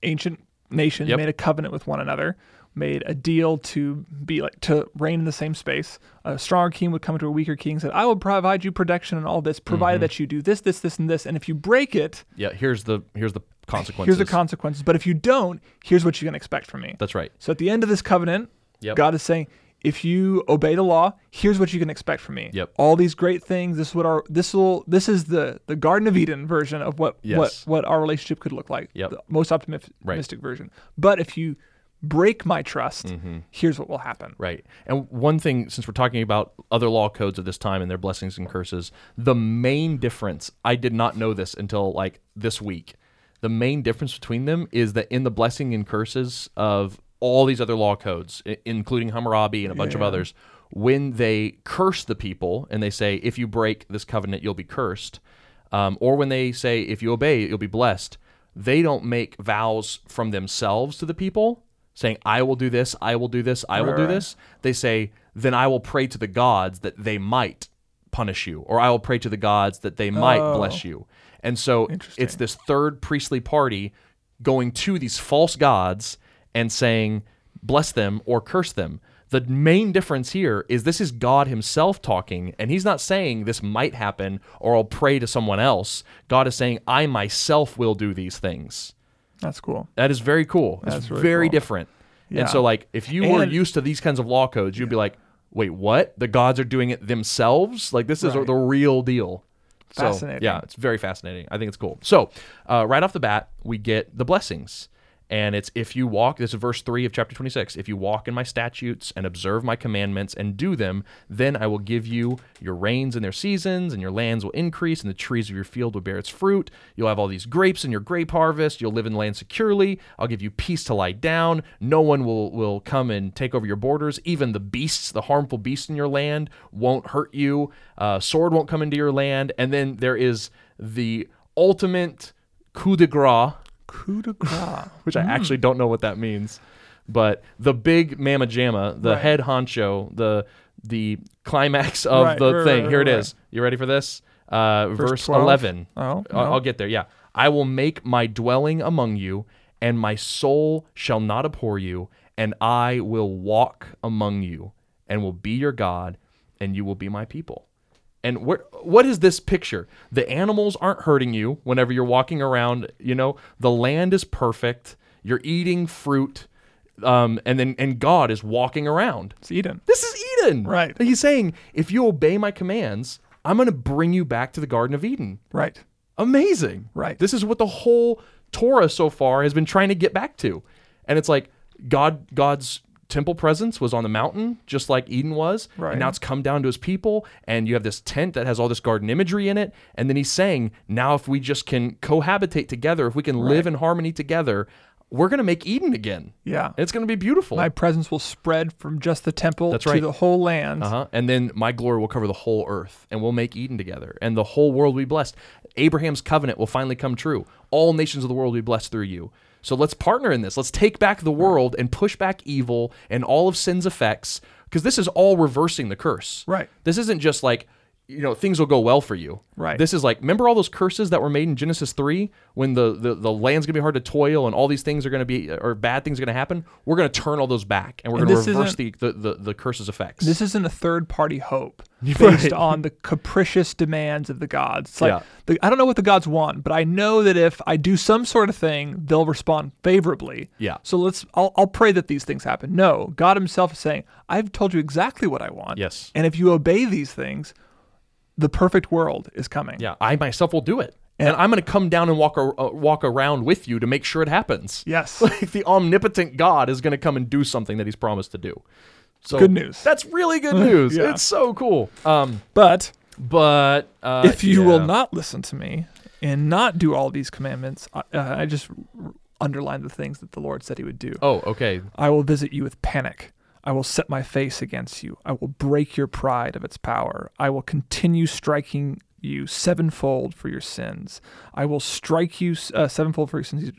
B: ancient nations
A: Yep.
B: made a covenant with one another, made a deal to be like to reign in the same space, a stronger king would come to a weaker king and said, "I will provide you protection and all this, provided that you do this, this, this, and this. And if you break it,
A: Yeah, here's the here's the consequences.
B: here's the consequences. But if you don't, here's what you can expect from me."
A: that's right.
B: So at the end of this covenant,
A: Yep.
B: God is saying, if you obey the law, here's what you can expect from me.
A: Yep.
B: All these great things. This is what our this will this is the the Garden of Eden version of what
A: Yes.
B: what what our relationship could look like.
A: Yep.
B: The most optimistic version. But if you break my trust, here's what will happen.
A: Mm-hmm. Right. And one thing, since we're talking about other law codes of this time and their blessings and curses, the main difference, I did not know this until like this week. The main difference between them is that in the blessing and curses of all these other law codes, i- including Hammurabi and a bunch of others, when they curse the people and they say, if you break this covenant, you'll be cursed, um, or when they say, if you obey, you'll be blessed, they don't make vows from themselves to the people saying, I will do this, I will do this, I will do this. They say, then I will pray to the gods that they might punish you, or I will pray to the gods that they might bless you. And so it's
B: Interesting.
A: this third priestly party going to these false gods and saying, bless them or curse them. The main difference here is this is God Himself talking, and He's not saying this might happen or I'll pray to someone else. God is saying, I myself will do these things.
B: That's cool.
A: That is very cool. It's
B: That's really
A: very
B: cool.
A: different.
B: Yeah.
A: And so, like, if you were
B: And-
A: used to these kinds of law codes, you'd be like, "Wait, what? The gods are doing it themselves? Like, this is
B: Right.
A: the real deal." So,
B: Fascinating.
A: yeah, it's very fascinating. I think it's cool. So, uh, right off the bat, we get the blessings, and it's if you walk. This is verse three of chapter twenty-six. If you walk in my statutes and observe my commandments and do them, then I will give you your rains in their seasons, and your lands will increase, and the trees of your field will bear its fruit. You'll have all these grapes in your grape harvest. You'll live in land securely. I'll give you peace to lie down. No one will will come and take over your borders. Even the beasts, the harmful beasts in your land, won't hurt you. Uh, sword won't come into your land. And then there is the ultimate coup de grace,
B: Coup de grace.
A: which I actually
B: Mm.
A: don't know what that means, but the big mama jamma, the
B: Right.
A: head honcho, the the climax of
B: Right,
A: the
B: right,
A: thing.
B: right,
A: Here it
B: right,
A: is. You ready for this? Uh, verse,
B: 12?
A: 11.
B: Oh,
A: I- I'll get there. Yeah. I will make my dwelling among you, and my soul shall not abhor you, and I will walk among you, and will be your God, and you will be my people. And what what is this picture? The animals aren't hurting you whenever you're walking around. You know the land is perfect. You're eating fruit, um, and then and God is walking around.
B: It's Eden.
A: This is Eden.
B: Right.
A: He's saying, if you obey my commands, I'm going to bring you back to the Garden of Eden.
B: Right.
A: Amazing.
B: Right.
A: This is what the whole Torah so far has been trying to get back to. And it's like God God's temple presence was on the mountain just like Eden was.
B: Right.
A: And now it's come down to his people and you have this tent that has all this garden imagery in it and then he's saying, now if we just can cohabitate together, if we can live in harmony together, we're going to make Eden again.
B: Yeah.
A: It's going to be beautiful.
B: My presence will spread from just the temple
A: That's
B: to
A: right.
B: the whole land.
A: Uh-huh. And then my glory will cover the whole earth, and we'll make Eden together, and the whole world will be blessed. Abraham's covenant will finally come true. All nations of the world will be blessed through you. So let's partner in this. Let's take back the world and push back evil and all of sin's effects, because this is all reversing the curse.
B: Right.
A: This isn't just like, you know, things will go well for you.
B: Right.
A: This is like, remember all those curses that were made in Genesis 3 when the, the, the land's going to be hard to toil and all these things are going to be, or bad things are going to happen? We're going to turn all those back and we're
B: And
A: going
B: this
A: to reverse the, the, the, the curse's effects.
B: This isn't a third party hope based
A: Right.
B: on the capricious demands of the gods. It's like
A: Yeah.
B: the, I don't know what the gods want, but I know that if I do some sort of thing, they'll respond favorably.
A: Yeah.
B: So let's I'll, I'll pray that these things happen. No, God himself is saying, I've told you exactly what I want.
A: Yes.
B: And if you obey these things, the perfect world is coming.
A: Yeah, I myself will do it, and, I'm going to come down and walk ar- uh, walk around with you to make sure it happens.
B: Yes.
A: Like the omnipotent God is going to come and do something that He's promised to do. So
B: Good news.
A: That's really good news.
B: Yeah.
A: It's so cool. Um,
B: But
A: but uh,
B: if you will
A: yeah.
B: not listen to me and not do all these commandments, I, uh, I just r- underlined the things that the Lord said he would do.
A: Oh, okay.
B: I will visit you with panic. I will set my face against you. I will break your pride of its power. I will continue striking you sevenfold for your sins. I will strike you uh, sevenfold for your sins. He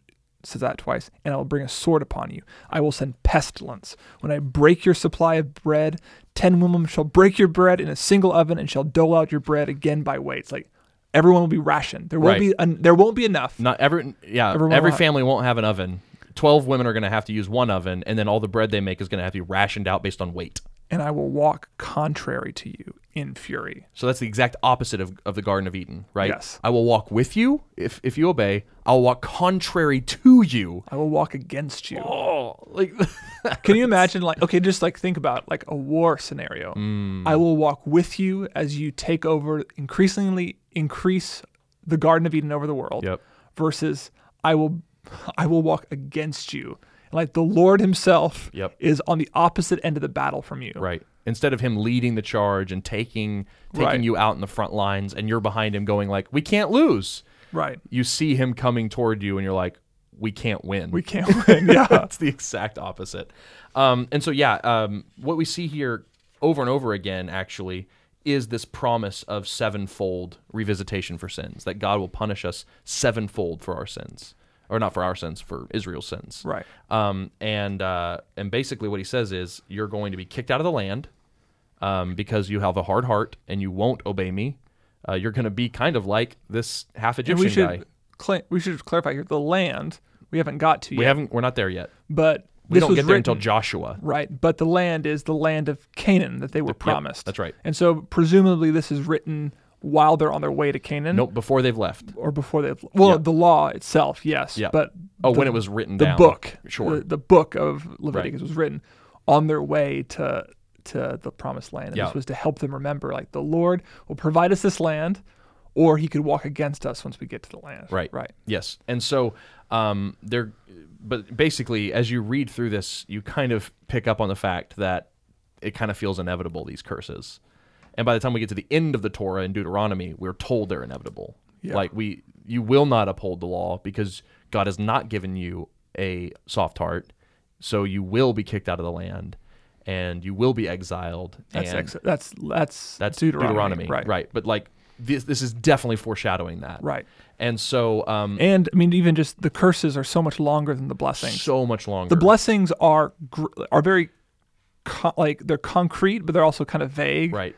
B: says that twice. And I will bring a sword upon you. I will send pestilence. When I break your supply of bread, ten women shall break your bread in a single oven and shall dole out your bread again by weights. Like everyone will be rationed. There won't
A: Right.
B: be an, there won't be enough.
A: Not every yeah
B: Everyone
A: every
B: will ha-
A: family won't have an oven. Twelve women are going to have to use one oven, and then all the bread they make is going to have to be rationed out based on weight.
B: And I will walk contrary to you in fury.
A: So that's the exact opposite of, of the Garden of Eden, right?
B: Yes.
A: I will walk with you if if you obey. I'll walk contrary to you.
B: I will walk against you.
A: Oh, like
B: Can you imagine, like, okay, just like think about like a war scenario.
A: Mm.
B: I will walk with you as you take over, increasingly increase the Garden of Eden over the world.
A: Yep.
B: Versus, I will, I will walk against you. And, Like the Lord Himself
A: Yep.
B: is on the opposite end of the battle from you.
A: Right. Instead of him leading the charge and taking taking
B: Right.
A: you out in the front lines and you're behind him going like, "We can't lose."
B: Right.
A: You see him coming toward you and you're like, "We can't win."
B: We can't win. Yeah.
A: That's the exact opposite. Um, and so, yeah, um, what we see here over and over again, actually, is this promise of sevenfold revisitation for sins, that God will punish us sevenfold for our sins. Or not for our sins, for Israel's sins.
B: Right.
A: Um, and uh, and basically, what he says is, you're going to be kicked out of the land. um, because you have a hard heart and you won't obey me. Uh, you're going to be kind of like this half
B: And
A: Egyptian
B: we should
A: guy.
B: cla- we should clarify here the land we haven't got to
A: We
B: yet.
A: haven't. We're not there yet.
B: but
A: We
B: this
A: don't
B: was
A: get there
B: written-
A: until Joshua.
B: Right, but the land is the land of Canaan that they were promised.
A: that's right.
B: And so presumably this is written while they're on their way to Canaan.
A: Nope, before they've left.
B: Or before they well,
A: Yep.
B: the law itself, yes.
A: Yep.
B: But
A: Oh,
B: the-
A: when it was written
B: the
A: down.
B: book. Uh,
A: Sure.
B: The, the book of Leviticus was written on their way to to the promised land. And
A: Yeah.
B: this was to help them remember like the Lord will provide us this land or he could walk against us once we get to the land.
A: Right.
B: Right.
A: Yes. And so um, they're, but basically, as you read through this, you kind of pick up on the fact that it kind of feels inevitable, these curses. And by the time we get to the end of the Torah and Deuteronomy, we're told they're inevitable.
B: Yeah.
A: Like, we, you will not uphold the law because God has not given you a soft heart. So you will be kicked out of the land and you will be exiled.
B: That's
A: and
B: ex- that's that's
A: that's
B: Deuteronomy.
A: Deuteronomy.
B: Right.
A: Right. But like, this, this is definitely foreshadowing that.
B: Right.
A: And so, um,
B: And I mean even just the curses are so much longer than the blessings.
A: so much longer.
B: the blessings are gr- are very con- like they're concrete but they're also kind of vague
A: right?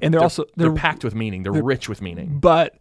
B: and they're, also
A: they're,
B: they're,
A: packed with meaning. They're, rich with meaning.
B: but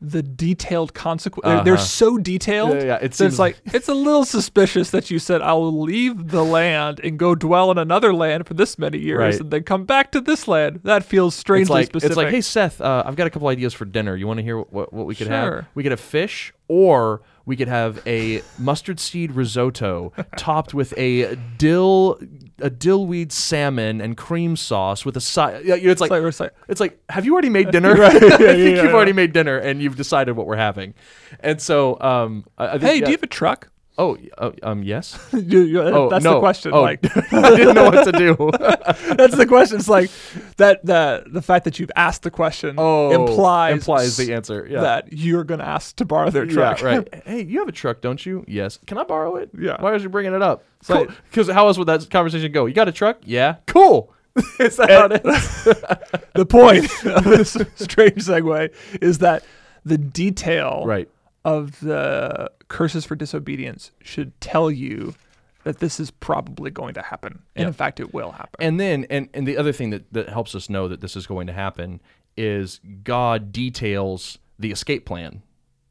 B: the detailed consequence they're, they're
A: Uh-huh.
B: so detailed
A: Yeah, yeah, it
B: that
A: seems-
B: it's like it's a little suspicious that you said i'll leave the land and go dwell in another land for this many years
A: Right.
B: and then come back to this land that feels strangely
A: It's like
B: specific
A: it's like, hey Seth, uh, I've got a couple ideas for dinner. You want to hear what, what, what we could have?
B: Sure.
A: We could have fish, or we could have a mustard seed risotto topped with a dill, a dillweed salmon and cream sauce with a side. Yeah, you know, it's like
B: It's like- it's like-
A: It's like, have you already made dinner? I think you've already made dinner and you've decided what we're having. And so, um, I, I think,
B: hey
A: yeah-
B: do you have a truck
A: oh, uh, um, yes.
B: You- you-
A: Oh,
B: that's
A: no.
B: the question
A: Oh,
B: like
A: I didn't know what to do.
B: That's the question. It's like that the the fact that you've asked the question
A: Oh,
B: implies
A: implies the answer, yeah.
B: that you're gonna ask to borrow their truck.
A: Yeah, right. hey, you have a truck, don't you? Yes. Can I borrow it?
B: Yeah.
A: Why was you bringing it up?
B: So-
A: Because how else would that conversation go? You got a truck? Yeah. Cool. is that how it is?
B: the point of this strange segue is that the detail
A: Right.
B: of the curses for disobedience should tell you that this is probably going to happen, and in fact, it will happen.
A: And then, and, and the other thing that, that helps us know that this is going to happen is God details the escape plan.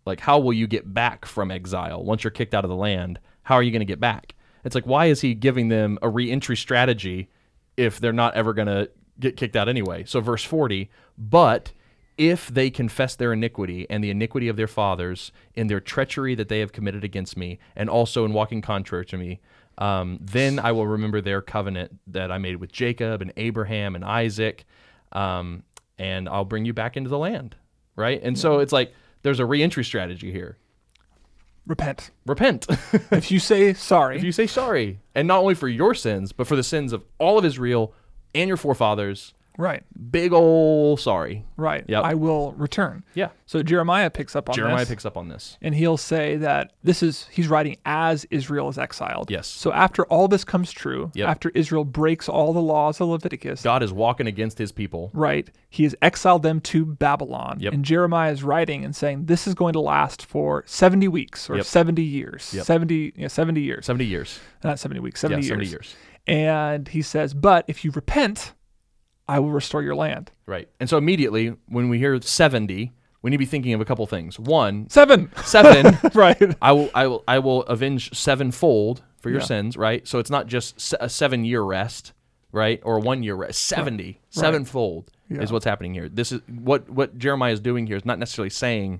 A: Like, how will you get back from exile once you're kicked out of the land? How are you going to get back? It's like, why is he giving them a reentry strategy if they're not ever going to get kicked out anyway? So, verse 40, but if they confess their iniquity and the iniquity of their fathers in their treachery that they have committed against me and also in walking contrary to me um, then i will remember their covenant that i made with jacob and abraham and isaac um, and i'll bring you back into the land right and so it's like there's a reentry strategy here
B: Repent.
A: repent
B: if you say sorry,
A: if you say sorry and not only for your sins but for the sins of all of israel and your forefathers
B: right,
A: big ol' sorry
B: right,
A: Yep.
B: I will return.
A: yeah
B: So Jeremiah picks up on
A: jeremiah
B: this.
A: picks up on this
B: and he'll say that this is he's writing as Israel is exiled.
A: Yes.
B: So after all this comes true,
A: Yep.
B: after Israel breaks all the laws of Leviticus,
A: God is walking against his people.
B: right? He has exiled them to Babylon.
A: Yep.
B: And Jeremiah is writing and saying this is going to last for 70 weeks or
A: Yep.
B: 70 years.
A: Yep.
B: 70 you know, 70 years.
A: 70 years.
B: Not 70 weeks, 70
A: yeah, 70
B: years.
A: years.
B: And he says, "But if you repent, I will restore your land."
A: Right. And so immediately when we hear 70, we need to be thinking of a couple things. One,
B: 7.
A: seven,
B: right.
A: I will I will I will avenge sevenfold for your
B: Yeah.
A: sins, right? So it's not just se- a 7 year rest, right? Or a 1 year rest. 70 sevenfold is what's happening here. This is what what Jeremiah is doing here is not necessarily saying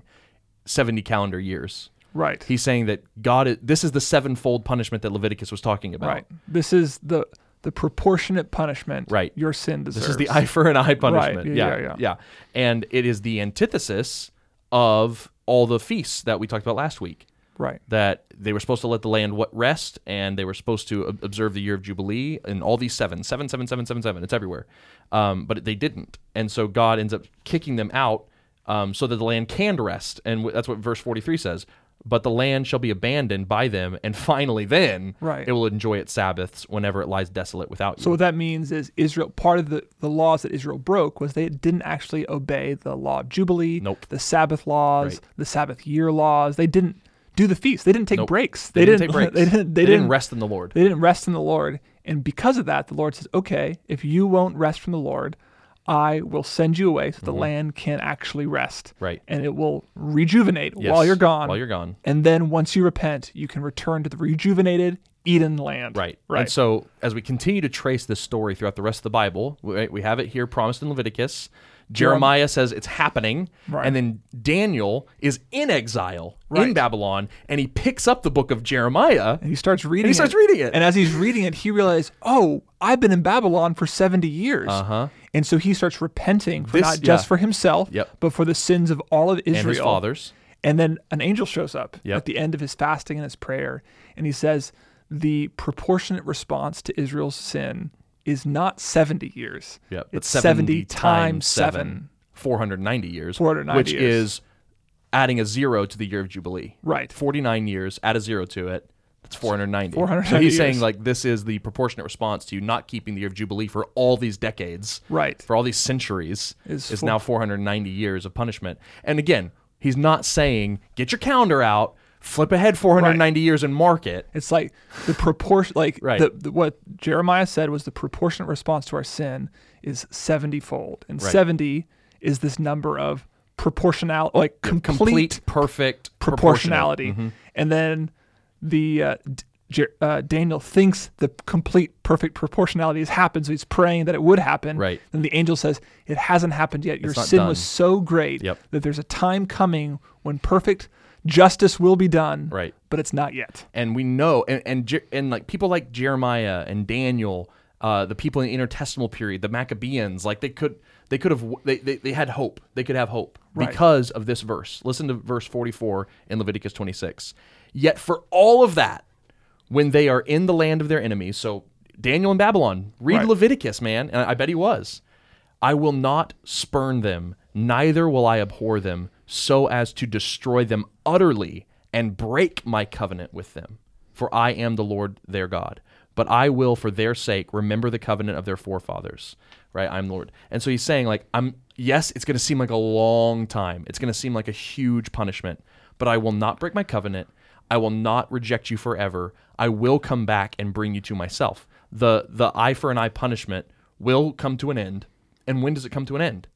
A: 70 calendar years.
B: Right.
A: He's saying that God is, this is the sevenfold punishment that Leviticus was talking about.
B: right. This is the the proportionate punishment
A: Right.
B: your sin deserves.
A: This is the eye for an eye punishment.
B: Right.
A: Yeah,
B: Yeah,
A: yeah,
B: yeah.
A: And it is the antithesis of all the feasts that we talked about last week.
B: right.
A: That they were supposed to let the land wa- rest, and they were supposed to ob- observe the year of jubilee, and all these seven, seven, seven, seven, seven, seven. It's everywhere, um, but they didn't, and so God ends up kicking them out, um, so that the land can rest, and w- that's what verse forty-three says. But the land shall be abandoned by them, and finally, then
B: Right.
A: it will enjoy its Sabbaths whenever it lies desolate without you.
B: So what that means is Israel part of the, the laws that Israel broke was they didn't actually obey the law of Jubilee,
A: Nope.
B: the Sabbath laws,
A: Right.
B: the Sabbath year laws. They didn't do the feast. They didn't take
A: Nope.
B: breaks.
A: They didn't take breaks.
B: they didn't they,
A: They
B: didn't,
A: didn't rest in the Lord.
B: They didn't rest in the Lord. And because of that, the Lord says, Okay, if you won't rest from the Lord, I will send you away so the land can actually rest.
A: Mm-hmm. Right.
B: And it will rejuvenate
A: Yes,
B: while you're gone.
A: While you're gone.
B: and then once you repent, you can return to the rejuvenated Eden land.
A: Right.
B: Right.
A: And so as we continue to trace this story throughout the rest of the Bible, we, we have it here promised in Leviticus. Jeremiah says it's happening.
B: Right.
A: And then Daniel is in exile in
B: Right.
A: Babylon and he picks up the book of Jeremiah.
B: and he starts reading
A: he starts reading it.
B: And as he's reading it, he realizes, oh, I've been in Babylon for 70 years. Uh-huh. And so he starts repenting for
A: This-
B: not just
A: yeah.
B: for himself,
A: Yep.
B: but for the sins of all of Israel.
A: And his fathers.
B: And then an angel shows up
A: Yep.
B: at the end of his fasting and his prayer, and he says, The proportionate response to Israel's sin is not 70 years.
A: Yep.
B: It's
A: But
B: 70, times 7.
A: 490 years.
B: 490
A: Which
B: years.
A: is adding a zero to the year of Jubilee.
B: Right.
A: 49 years, add a zero to it. That's 490.
B: 490
A: so he's saying,
B: years.
A: like, this is the proportionate response to you not keeping the year of Jubilee for all these decades.
B: Right.
A: For all these centuries is,
B: Is
A: now 490 years of punishment. And again, he's not saying, get your calendar out, flip ahead 490 years and mark it.
B: It's like the proportion, like
A: Right.
B: the, the, what Jeremiah said was the proportionate response to our sin is 70 fold. And 70 is this number of proportional, like complete,
A: Complete, Mm-hmm. perfect proportional.
B: proportionality. And then the uh, D- Jer- uh, Daniel thinks the complete perfect proportionality has happened, so he's praying that it would happen.
A: Right.
B: Then the angel says, "It hasn't happened yet. Your
A: not
B: sin
A: done."
B: was so great
A: Yep.
B: that there's a time coming when perfect justice will be done.
A: Right.
B: But it's not yet.
A: and we know and and, Je- and like people like Jeremiah and Daniel, uh, the people in the intertestamental period, the Maccabeans, like they could they could have they, they, they had hope. They could have hope
B: Right.
A: because of this verse. Listen to verse 44 in Leviticus 26. Yet for all of that, when they are in the land of their enemies, so Daniel in Babylon, read
B: Right.
A: Leviticus, man, and I bet he was. I will not spurn them, neither will I abhor them, so as to destroy them utterly and break my covenant with them. For I am the Lord their God. But I will, for their sake, remember the covenant of their forefathers. Right? I'm Lord. And so he's saying, like, I'm, yes, it's going to seem like a long time. It's going to seem like a huge punishment, but I will not break my covenant. I will not reject you forever. I will come back and bring you to myself. The the eye for an eye punishment will come to an end. And when does it come to an end?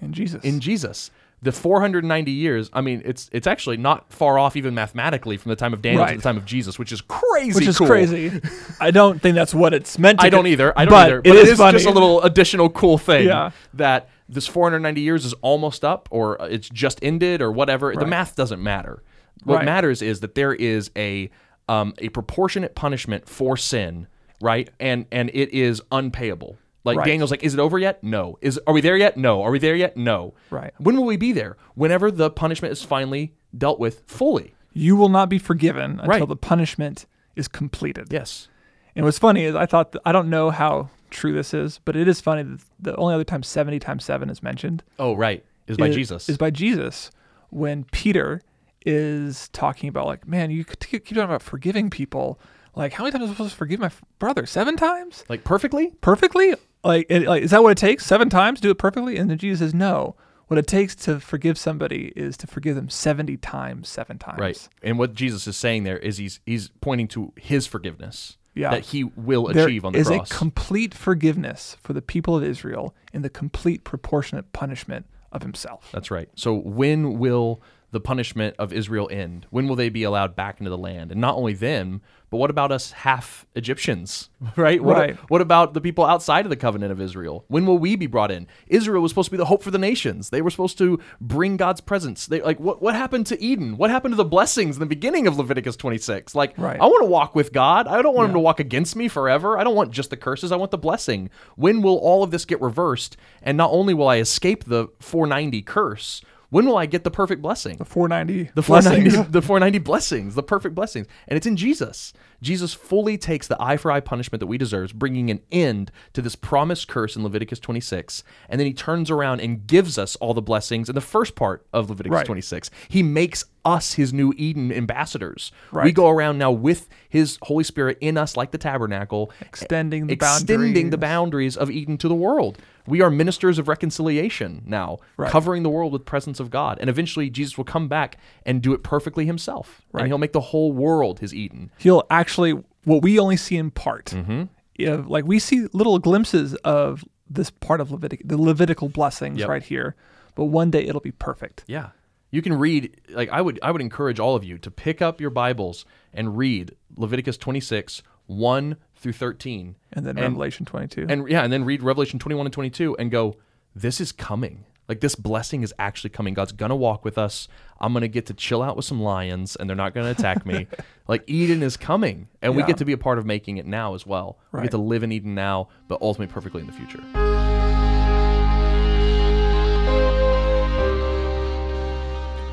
B: And Jesus.
A: In Jesus. The 490 years, I mean, it's it's actually not far off even mathematically from the time of Daniel to
B: Right.
A: the time of Jesus, which is crazy.
B: which is
A: cool.
B: crazy. I don't think that's what it's meant to
A: I don't
B: be,
A: either. I don't
B: but
A: either. But
B: it is, funny.
A: just a little additional cool thing
B: Yeah.
A: that this 490 years is almost up or uh, it's just ended or whatever. The
B: Right.
A: math doesn't matter. What
B: Right.
A: matters is that there is a um, a proportionate punishment for sin, right? And and it is unpayable. Like
B: Right.
A: Daniel's like, is it over yet? No. Is are we there yet? No. Are we there yet? No.
B: Right.
A: When will we be there? Whenever the punishment is finally dealt with fully.
B: You will not be forgiven until
A: Right.
B: the punishment is completed.
A: Yes.
B: And what's funny is I thought I don't know how true this is, but it is funny that the only other time seventy times seven is mentioned
A: Oh, right. Is by
B: is-
A: Jesus.
B: Is by Jesus when Peter is talking about like, man, you could keep keep talking about forgiving people. Like, how many times am I supposed to forgive my f- brother? Seven times?
A: like perfectly?
B: perfectly? Like, it, like, is that what it takes? Seven times? Do it perfectly? And then Jesus says, no. What it takes to forgive somebody is to forgive them 70 times, seven times.
A: Right. And what Jesus is saying there is he's he's pointing to his forgiveness
B: Yeah.
A: that he will
B: There
A: achieve on the
B: is a
A: cross.
B: complete forgiveness for the people of Israel and the complete proportionate punishment of himself.
A: That's right. So when will the punishment of Israel end? When will they be allowed back into the land? And not only them, but what about us half Egyptians? Right? What,
B: Right.
A: What about the people outside of the covenant of Israel? When will we be brought in? Israel was supposed to be the hope for the nations. They were supposed to bring God's presence. They like what what happened to Eden? What happened to the blessings in the beginning of Leviticus 26? Like
B: Right.
A: I want to walk with God. I don't want him to walk against me forever. I don't want just the curses. I want the blessing. When will all of this get reversed? And not only will I escape the 490 curse, when will I get the perfect blessing?
B: 490.
A: The 490, the 490 blessings, the perfect blessings. And it's in Jesus. Jesus fully takes the eye for eye punishment that we deserve, bringing an end to this promised curse in Leviticus 26. And then he turns around and gives us all the blessings in the first part of Leviticus
B: Right.
A: 26. He makes us his new Eden ambassadors. We
B: Right.
A: go around now with his Holy Spirit in us, like the tabernacle,
B: Extending the
A: extending the boundaries
B: boundaries.
A: of Eden to the world. We are ministers of reconciliation now, covering the world with presence of God. And eventually Jesus will come back and do it perfectly himself. And he'll make the whole world his Eden.
B: he'll
A: Mm-hmm.
B: actually what we only see in part. If- like we see little glimpses of this part of Leviticus, the Levitical blessings
A: Yep.
B: right here, but one day it'll be perfect.
A: Yeah. You can read like I would I would encourage all of you to pick up your Bibles and read Leviticus 26 1 through 13
B: And then Revelation 22.
A: and yeah, and then read Revelation 21 and 22 and go, this is coming. Like this blessing is actually coming. God's gonna walk with us. I'm gonna get to chill out with some lions, and they're not gonna attack me. like Eden is coming, and we
B: Yeah.
A: get to be a part of making it now as well. We
B: Right.
A: get to live in Eden now, but ultimately perfectly in the future.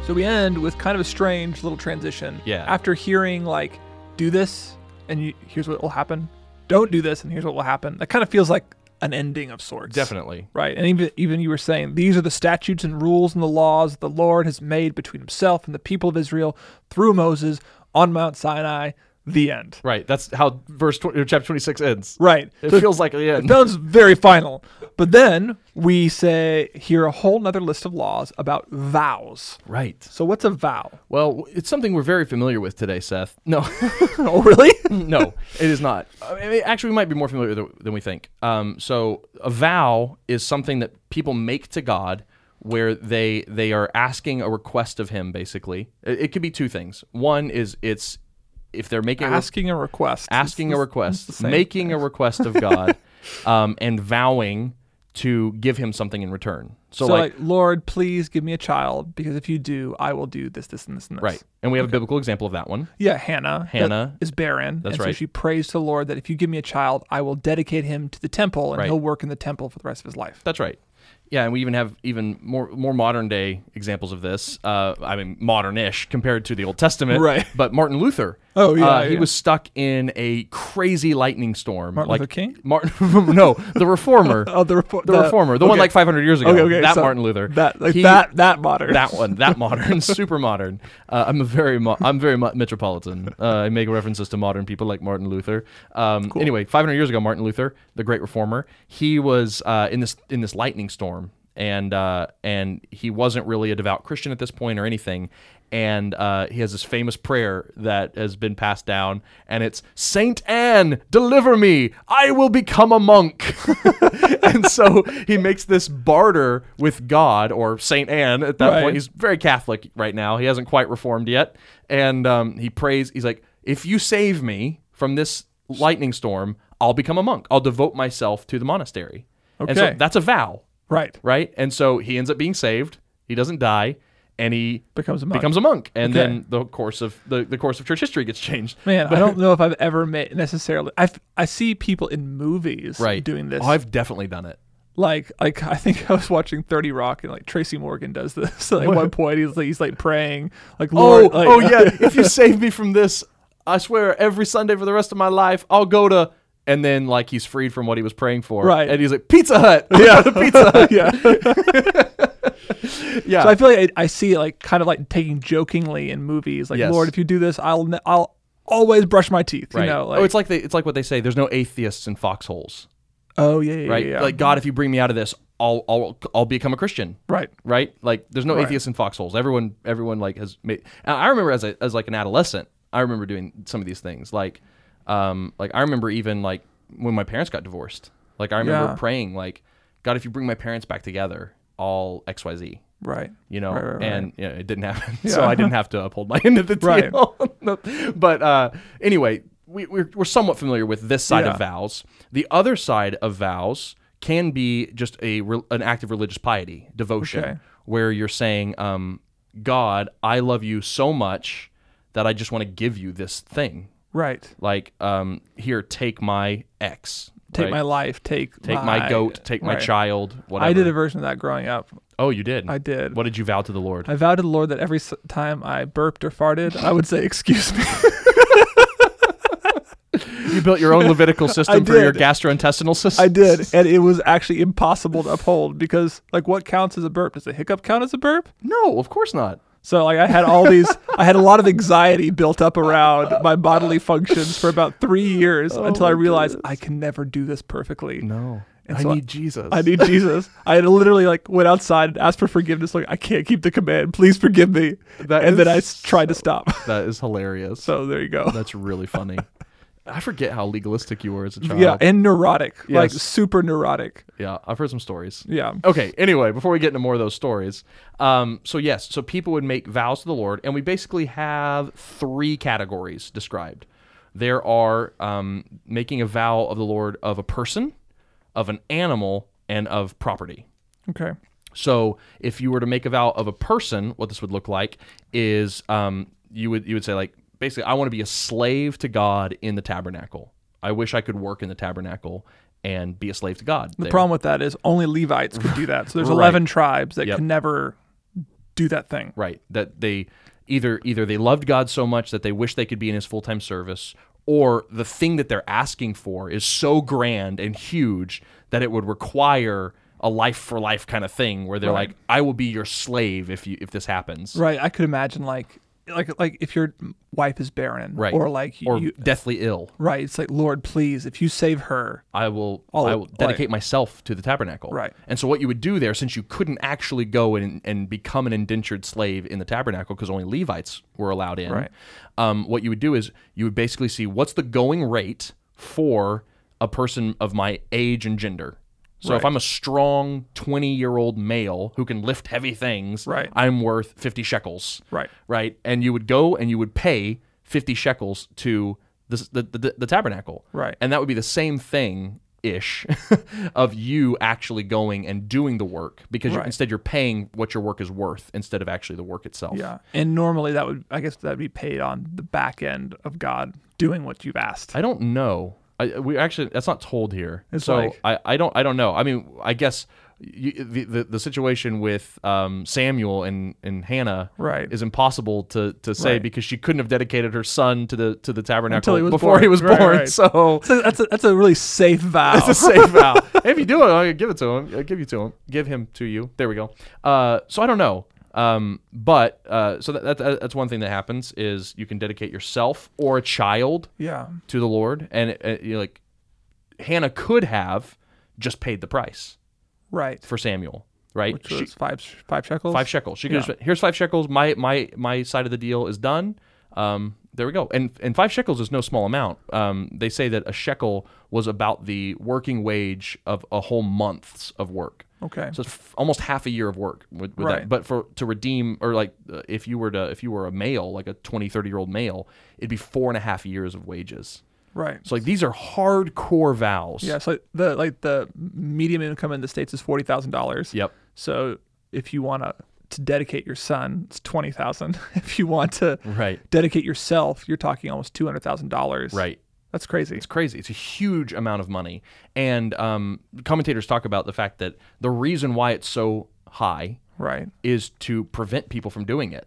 B: So we end with kind of a strange little transition.
A: Yeah.
B: After hearing like, do this, and you, here's what will happen. Don't do this, and here's what will happen. That kind of feels like an ending of sorts.
A: Definitely.
B: Right. And even even you were saying these are the statutes and rules and the laws the Lord has made between Himself and the people of Israel through Moses on Mount Sinai. The end.
A: Right. That's how verse 20, or chapter 26 ends.
B: Right.
A: It
B: So it's-
A: feels like the end.
B: It sounds very final. But then we say hear a whole nother list of laws about vows.
A: Right.
B: So what's a vow?
A: Well, it's something we're very familiar with today, Seth. No,
B: oh really?
A: no, it is not. I mean, actually, we might be more familiar with it than we think. Um, so, a vow is something that people make to God, where they they are asking a request of Him. Basically, it, it could be two things. One is it's if they're making a re-
B: Asking a request.
A: asking a request,
B: same
A: making a request of God, um, and vowing to give Him something in return. So,
B: So
A: like
B: like, Lord, please give me a child because if you do, I will do this, this, and this, and this.
A: right, and we have a biblical example of that one.
B: Yeah, Hannah. that
A: Hannah.
B: is barren.
A: That's
B: and So
A: right.
B: she prays to the Lord that if you give me a child, I will dedicate him to the temple and
A: Right.
B: he'll work in the temple for the rest of his life.
A: That's right. Yeah, and we even have even more more modern day examples of this. Uh, I mean, modern-ish compared to the Old Testament,
B: Right.
A: But Martin Luther.
B: Oh, yeah,
A: uh, he
B: yeah.
A: was stuck in a crazy lightning storm.
B: Martin
A: like
B: Luther King?
A: Martin, no, the reformer.
B: Oh, the refor-
A: the,
B: the-
A: reformer, the one
B: okay.
A: like 500 years ago.
B: Okay, okay,
A: that
B: so
A: Martin Luther.
B: That like
A: He-
B: that that modern.
A: that one, that modern, super modern. Uh, I'm a very, mo- I'm very mu- metropolitan. Uh, I make references to modern people like Martin Luther. Um, Anyway, 500 years ago, Martin Luther, the great reformer, he was uh, in this in this lightning storm, and uh, and he wasn't really a devout Christian at this point or anything. And uh, he has this famous prayer that has been passed down, and it's Saint Anne, deliver me! I will become a monk. and so he makes this barter with God or Saint Anne at that
B: Right.
A: point. He's very Catholic right now. He hasn't quite reformed yet, and um, he prays. He's like, "If you save me from this lightning storm, I'll become a monk. I'll devote myself to the monastery." And so
B: Okay.
A: that's a vow,
B: Right.
A: right? And so he ends up being saved. He doesn't die, and he
B: Becomes a monk.
A: becomes a monk. And
B: Okay.
A: then the course of the, the course of church history gets changed.
B: Man, I don't know if I've ever made necessarily. I I see people in movies
A: Right.
B: doing this.
A: Oh, I've definitely done it.
B: like like I think I was watching Thirty Rock and like Tracy Morgan does this. Like, at one point he's like, he's like praying like
A: Oh,
B: Lord. like-
A: oh yeah. if you save me from this, I swear every Sunday for the rest of my life, I'll go to. And then like he's freed from what he was praying for,
B: Right.
A: And he's like Pizza Hut, yeah, Pizza Hut,
B: yeah.
A: yeah.
B: So I feel like I, I see it like kind of like taking jokingly in movies, like
A: Yes.
B: Lord, if you do this, I'll ne- I'll always brush my teeth.
A: right.
B: You know, like,
A: oh, it's like they, it's like what they say. There's no atheists in foxholes,
B: oh yeah, yeah,
A: right?
B: yeah, yeah.
A: Like God, if you bring me out of this, I'll I'll I'll become a Christian,
B: right,
A: right? Like there's no
B: Right.
A: atheists in foxholes. Everyone everyone like has made. and I remember as a, as like an adolescent, I remember doing some of these things. Like um like I remember even like when my parents got divorced. Like I remember
B: Yeah.
A: praying like God, if you bring my parents back together, all X Y Z.
B: right.
A: You know,
B: Right, right, right.
A: and you know, it didn't happen, so I didn't have to uphold my end of the
B: Right.
A: deal. but uh, anyway, we, we're, we're somewhat familiar with this side
B: Yeah.
A: of vows. The other side of vows can be just a re- an act of religious piety, devotion,
B: Okay.
A: where you're saying, um, "God, I love you so much that I just want to give you this thing.
B: Right.
A: Like, um, here, take my X,
B: Take
A: right?
B: my life. Take
A: take my goat, take my
B: right.
A: child, whatever."
B: I did a version of that growing up.
A: oh, you did.
B: I did.
A: What did you vow to the Lord?
B: I vowed to the Lord that every s- time I burped or farted, I would say, "Excuse me."
A: You built your own Levitical system for your
B: did.
A: gastrointestinal system.
B: I did, and it was actually impossible to uphold because, like, what counts as a burp? Does a hiccup count as a burp?
A: No, of course not.
B: So like I had all these I had a lot of anxiety built up around my bodily functions for about 3 years until I realized I can never do this perfectly.
A: Oh No.
B: And so I-
A: Jesus.
B: I need Jesus. I had literally like went outside and asked for forgiveness like I can't keep the command. Please forgive me.
A: That
B: and then
A: is
B: I s- tried to stop.
A: that is hilarious.
B: So there you go.
A: That's really funny. I forget how legalistic you were as a child.
B: Yeah, and neurotic, like
A: Yes.
B: super neurotic.
A: yeah. I've heard some stories.
B: Yeah.
A: Okay. Anyway, before we get into more of those stories, um, so yes, so people would make vows to the Lord, and we basically have three categories described. There are um, making a vow of the Lord of a person, of an animal, and of property.
B: Okay.
A: So if you were to make a vow of a person, what this would look like is um, you would you would say like basically I want to be a slave to God in the tabernacle. I wish I could work in the tabernacle and be a slave to God.
B: The problem with that is only Levites could do that. So there's 11 tribes that can never do that thing.
A: Right. That they either either they loved God so much that they wish they could be in his full-time service or the thing that they're asking for is so grand and huge that it would require a life for life kind of thing where they're like I will be your slave if you if this happens.
B: Right. I could imagine like like like if your wife is barren
A: Right.
B: or like
A: or
B: you
A: deathly ill.
B: right, it's like Lord, please if you save her.
A: I will
B: All-
A: I will dedicate myself to the tabernacle.
B: Right.
A: And so what you would do there, since you couldn't actually go and, and become an indentured slave in the tabernacle because only Levites were allowed in,
B: Right.
A: um, what you would do is you would basically see what's the going rate for a person of my age and gender. So if I'm a strong 20 year old male who can lift heavy things,
B: Right.
A: I'm worth 50 shekels.
B: Right.
A: Right. And you would go and you would pay 50 shekels to this, the, the, the tabernacle.
B: Right.
A: And that would be the same thing ish of you actually going and doing the work because you
B: Right.
A: instead you're paying what your work is worth instead of actually the work itself.
B: Yeah. And normally that would I guess that'd be paid on the back end of God doing what you've asked.
A: I don't know. I, we actually that's not told here.
B: It's
A: so
B: like-
A: I, I don't I don't know. I mean I guess you, the, the the situation with um, Samuel and and Hannah
B: Right.
A: is impossible to to say
B: Right.
A: because she couldn't have dedicated her son to the to the tabernacle
B: Until he was
A: before
B: born.
A: he was
B: Right,
A: born.
B: right.
A: So
B: So that's a, that's a really safe vow.
A: it's a safe vow. if you do it, I'll give it to him. I'll give you to him. Give him to you. There we go. Uh, so I don't know. Um, but uh, so that, that that's one thing that happens is you can dedicate yourself or a child
B: yeah.
A: to the Lord, and it, it- you're like Hannah could have just paid the price
B: Right.
A: for Samuel, right?
B: Which
A: She-
B: was five sh- five shekels.
A: five shekels. She could have just, here's five shekels. My my my side of the deal is done. Um, there we go. And and five shekels is no small amount. Um, they say that a shekel was about the working wage of a whole month's of work.
B: Okay.
A: So it's f- almost half a year of work with, with that.
B: Right.
A: But for to redeem or like uh, if you were to if you were a male like a 20, 30 year old male, it'd be four and a half years of wages.
B: right.
A: So like these are hardcore vows.
B: Yeah, so the like the medium income in the states is forty thousand dollars.
A: Yep.
B: So if you want to to dedicate your son, it's twenty thousand. If you want to
A: Right.
B: dedicate yourself, you're talking almost two hundred thousand dollars.
A: Right.
B: That's crazy.
A: It's crazy. It's a huge amount of money. And um, commentators talk about the fact that the reason why it's so high
B: Right.
A: is to prevent people from doing it.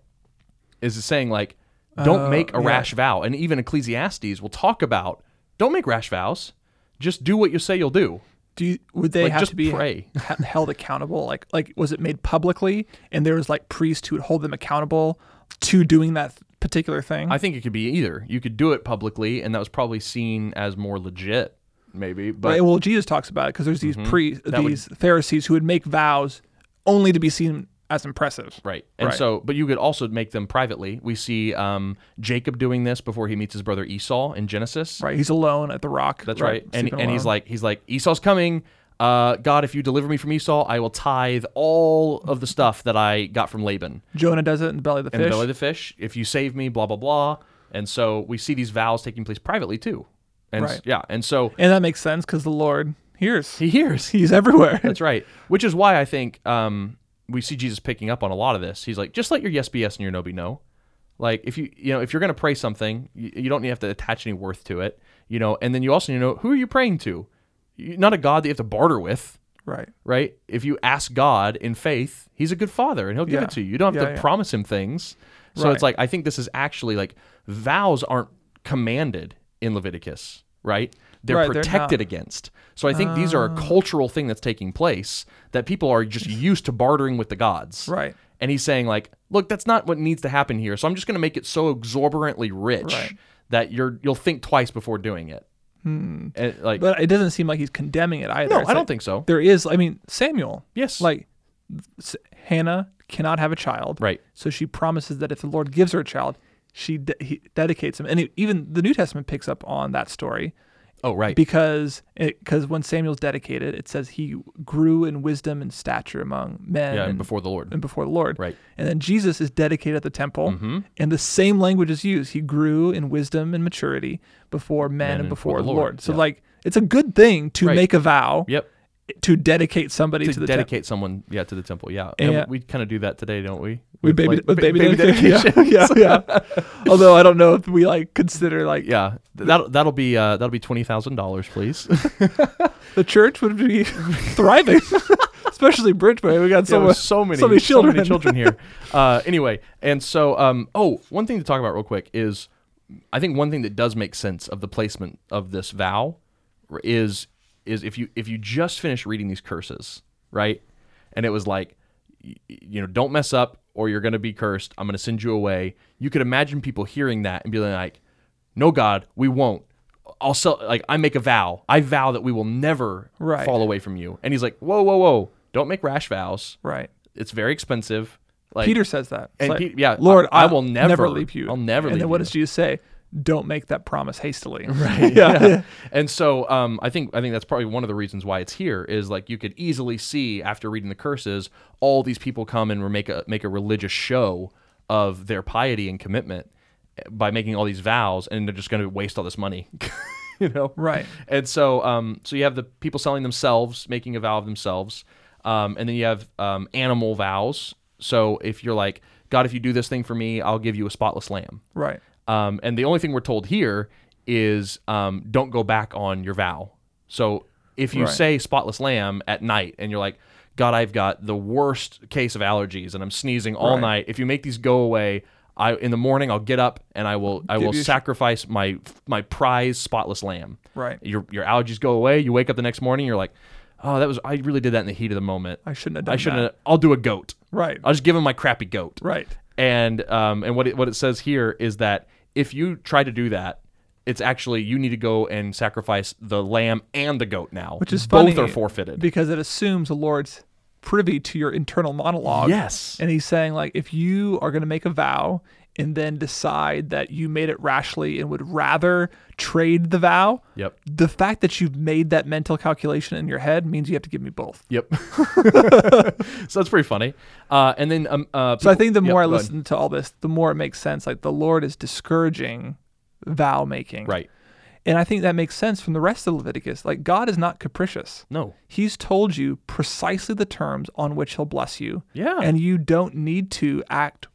A: Is it saying like, don't make a rash vow? And even Ecclesiastes will talk about don't make rash vows. Just do what you say you'll do.
B: Do you, would they
A: Like,
B: have
A: just
B: to be
A: pray.
B: ha- held accountable? Like like was it made publicly and there was like priests who would hold them accountable to doing that th- particular thing?
A: I think it could be either. You could do it publicly, and that was probably seen as more legit, maybe. But
B: Right, well, Jesus talks about it because there's
A: Mm-hmm.
B: these pre these Pharisees who would make vows only to be seen as impressive.
A: Right. And
B: Right.
A: so, but you could also make them privately. We see um, Jacob doing this before he meets his brother Esau in Genesis.
B: Right. He's alone at the rock.
A: That's right. And,
B: sleeping
A: and he's
B: alone.
A: like, he's like, Esau's coming. Uh, God, if you deliver me from Esau, I will tithe all of the stuff that I got from Laban
B: Jonah does it in the belly of the
A: and
B: fish.
A: belly of the fish. If you save me, blah blah blah. And so we see these vows taking place privately too. And s-
B: Right.
A: yeah, and so
B: and that makes sense because the Lord hears.
A: he hears.
B: he's everywhere.
A: That's right. Which is why I think um, we see Jesus picking up on a lot of this. He's like, just let your yes be yes and your no be no. Like if you you know if you're gonna pray something, you, you don't have to attach any worth to it. You know, and then you also need to know who are you praying to? You- Not a God that you have to barter with,
B: right.
A: right? If you ask God in faith, He's a good Father and He'll give
B: Yeah.
A: it to you. You don't have
B: Yeah,
A: to
B: yeah.
A: promise Him things. So it's like I think this is actually like vows aren't commanded in Leviticus, right? They're
B: Right, they're Ah.
A: protected against. So I think these are a cultural thing that's taking place that people are just used to bartering with the gods.
B: Right.
A: And he's saying like, look, that's not what needs to happen here. So I'm just going to make it so exorbitantly rich
B: Right.
A: that you're you'll think twice before doing it. And, like
B: But it doesn't seem like he's condemning it either.
A: no,
B: It's
A: Hmm. I don't
B: like-
A: think so.
B: There is, I mean, Samuel.
A: Yes.
B: Like, S- Hannah cannot have a child.
A: Right.
B: So she promises that if the Lord gives her a child, she de- he dedicates him, and it, even the New Testament picks up on that story
A: Oh, right.
B: because because when Samuel's dedicated, it says he grew in wisdom and stature among men
A: yeah, and
B: and,
A: before the Lord.
B: and before the Lord.
A: Right. Mm-hmm.
B: And then Jesus is dedicated at the temple, and the same language is used. He grew in wisdom and maturity before men, and before, the Lord. So
A: yeah.
B: like it's a good thing to
A: Right.
B: make a vow
A: Yep.
B: to dedicate somebody to,
A: to
B: the temple.
A: dedicate someone, yeah, to the temple, yeah. And
B: Yeah.
A: we kind of do that today, don't we? With,
B: with baby,
A: like,
B: with
A: ba-
B: baby, dedication. Yeah, yeah. yeah. Although I don't know if we like consider like
A: Yeah, Th- that'll that'll be uh, that'll be twenty thousand dollars, please.
B: the church would be thriving, especially Bridgeway. We got
A: so,
B: so much.
A: so many,
B: so many
A: so many
B: children.
A: children here. Uh, anyway, and so, um, oh, one thing to talk about real quick is, I think one thing that does make sense of the placement of this vow r- is is if you if you just finish reading these curses, right, and it was like, y- y- you know, don't mess up or you're going to be cursed. I'm going to send you away. You could imagine people hearing that and being like, no, God, we won't. I'll sell, like, I make a vow. I vow that we will never
B: Right.
A: fall away from you. And he's like, whoa, whoa, whoa. Don't make rash vows
B: Right.
A: it's very expensive. Like
B: Peter says that. It's
A: and
B: like,
A: Pete- yeah,
B: Lord,
A: I- I
B: I'll
A: will never-
B: leave you.
A: I'll never
B: And
A: leave
B: then what
A: you.
B: does Jesus say? Don't make that promise hastily. Right.
A: yeah. And so um, I think I think that's probably one of the reasons why it's here is like you could easily see after reading the curses, all these people come and make a make a religious show of their piety and commitment eh, by making all these vows, and they're just going to waste all this money, you know?
B: Right.
A: And so um, so you have the people selling themselves, making a vow of themselves, um, and then you have um, animal vows. So if you're like God, if you do this thing for me, I'll give you a spotless lamb.
B: Right.
A: Um, and the only thing we're told here is um, don't go back on your vow. So if you
B: Right.
A: say spotless lamb at night and you're like, God, I've got the worst case of allergies and I'm sneezing all
B: Right.
A: night. If you make these go away, I in the morning I'll get up and I will I will
B: you a sh-
A: sacrifice my my prize spotless lamb.
B: Right.
A: Your your allergies go away. You wake up the next morning. You're like, oh, that was I really did that in the heat of the moment.
B: I shouldn't have done
A: I shouldn't. Have, I'll do a goat.
B: Right.
A: I'll just give him my crappy goat
B: Right.
A: and um, and what it, what it says here is that if you try to do that, it's actually you need to go and sacrifice the lamb and the goat now,
B: Which is
A: both
B: funny
A: are forfeited.
B: because it assumes the Lord's privy to your internal monologue.
A: yes,
B: And he's saying, like, if you are going to make a vow and then decide that you made it rashly and would rather trade the vow,
A: Yep.
B: the fact that you've made that mental calculation in your head means you have to give me both.
A: yep. so that's pretty funny. Uh, and then um, uh,
B: So I think the
A: Yep,
B: more I
A: go ahead.
B: listen to all this, the more it makes sense. Like, the Lord is discouraging vow making.
A: right?
B: And I think that makes sense from the rest of Leviticus. Like, God is not capricious.
A: No,
B: He's told you precisely the terms on which he'll bless you.
A: Yeah.
B: And you don't need to act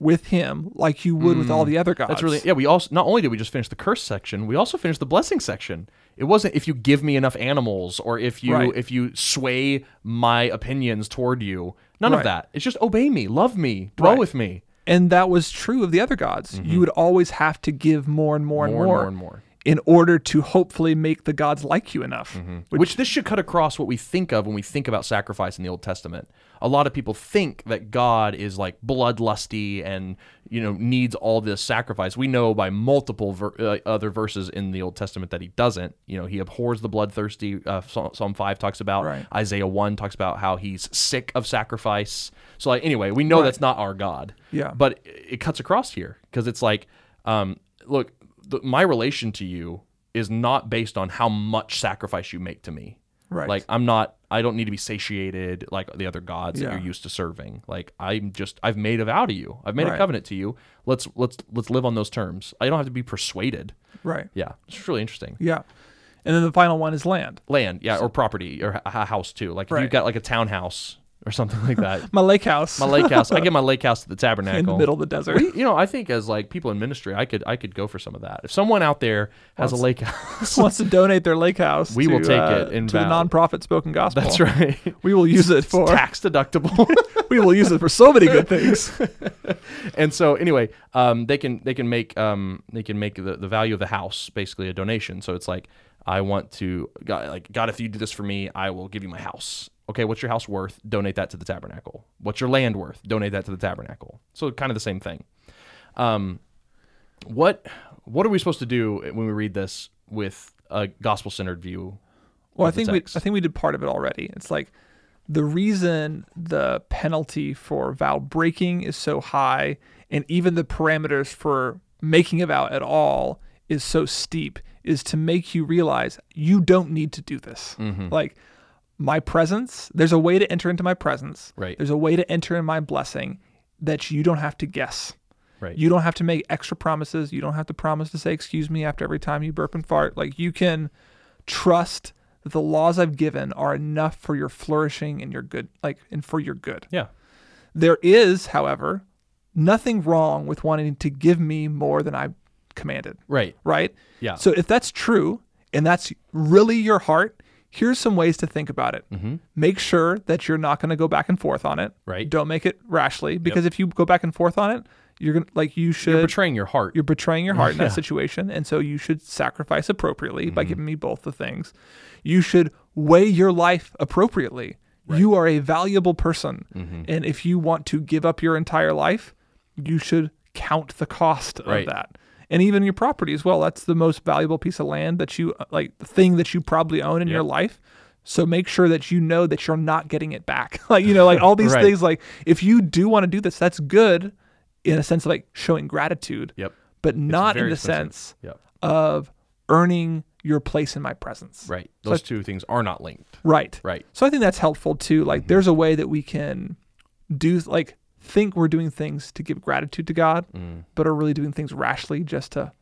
B: with him like you would with all the other gods.
A: Mm. that's really yeah. We also not only did we just finish the curse section, we also finished the blessing section. It wasn't if you give me enough animals or if you
B: Right.
A: if you sway my opinions toward you. None
B: Right.
A: of that. It's just obey me, love me, dwell
B: Right.
A: with me.
B: And that was true of the other gods. You would always have to give more and more,
A: Mm-hmm. More and
B: and more
A: more and more.
B: in order to hopefully make the gods like you enough.
A: Which, this should cut across what we think of when we think about sacrifice in the Old Testament. A lot of people think that God is like bloodlusty and you know needs all this sacrifice. We know by multiple ver- uh, other verses in the Old Testament that he doesn't. You know, he abhors the bloodthirsty. Uh, Psalm Psalm five talks about.
B: Right.
A: Isaiah one talks about how he's sick of sacrifice. So like anyway, we know that's not our God.
B: Yeah.
A: But it it cuts across here because it's like, um, look, the, my relation to you is not based on how much sacrifice you make to me.
B: Right.
A: Like I'm not. I don't need to be satiated like the other gods
B: Yeah.
A: that you're used to serving. Like I'm just. I've made a vow to you. I've made
B: Right.
A: a covenant to you. Let's let's let's live on those terms. I don't have to be persuaded.
B: Right.
A: Yeah. It's really interesting.
B: Yeah. And then the final one is land.
A: Land. Yeah. Or property or a house too. Like if
B: Right.
A: you've got like a townhouse or something like that.
B: My lake house
A: my lake house. I get my lake house to the tabernacle
B: in the middle of the desert.
A: you know, I think as like people in ministry, I could I could go for some of that. If someone out there has a lake house,
B: wants to donate their lake house
A: We
B: to,
A: will take
B: uh,
A: it in
B: to the
A: value.
B: nonprofit spoken gospel.
A: that's right.
B: We will use it for
A: Tax deductible.
B: we will use it for so many good things.
A: and so anyway, um, they can they can make um, they can make the, the value of the house basically a donation. So it's like I want to God, like God, if you do this for me, I will give you my house. Okay, what's your house worth? Donate that to the tabernacle. What's your land worth? Donate that to the tabernacle. So kind of the same thing. Um, what what are we supposed to do when we read this with a gospel centered view?
B: Well, I
A: of the
B: think we
A: text?
B: I think we did part of it already. It's like the reason the penalty for vow breaking is so high and even the parameters for making a vow at all is so steep is to make you realize you don't need to do this.
A: Mm-hmm.
B: Like my presence, there's a way to enter into my presence.
A: Right.
B: There's a way to enter in my blessing that you don't have to guess.
A: Right.
B: You don't have to make extra promises. You don't have to promise to say excuse me after every time you burp and fart. Like you can trust that the laws I've given are enough for your flourishing and your good like and for your good.
A: Yeah.
B: There is, however, nothing wrong with wanting to give me more than I commanded,
A: Right.
B: right?
A: Yeah.
B: So if that's true and that's really your heart, here's some ways to think about it. Make sure that you're not going to go back and forth on it.
A: Mm-hmm. Right.
B: Don't make it rashly because if you go back and forth on it, you're going to like you should
A: You're betraying your heart.
B: you're betraying your heart in that situation and so you should sacrifice appropriately by
A: Mm-hmm.
B: giving me both the things you should weigh your life appropriately you are a valuable person
A: Mm-hmm.
B: and if you want to give up your entire life you should count the cost
A: Right.
B: of that and even your property as well that's the most valuable piece of land that you uh, like the thing that you probably own in your life so make sure that you know that you're not getting it back like you know like all these
A: Right.
B: things like if you do want to do this that's good in a sense of like showing gratitude
A: Yep.
B: but not in
A: very
B: the
A: expensive.
B: sense
A: Yep.
B: of earning your place in my presence.
A: Right. Those two things are not linked.
B: Right.
A: Right. Mm-hmm.
B: So I think that's helpful too. Like there's a way that we can do like think we're doing things to give gratitude to God,
A: Mm.
B: but are really doing things rashly just to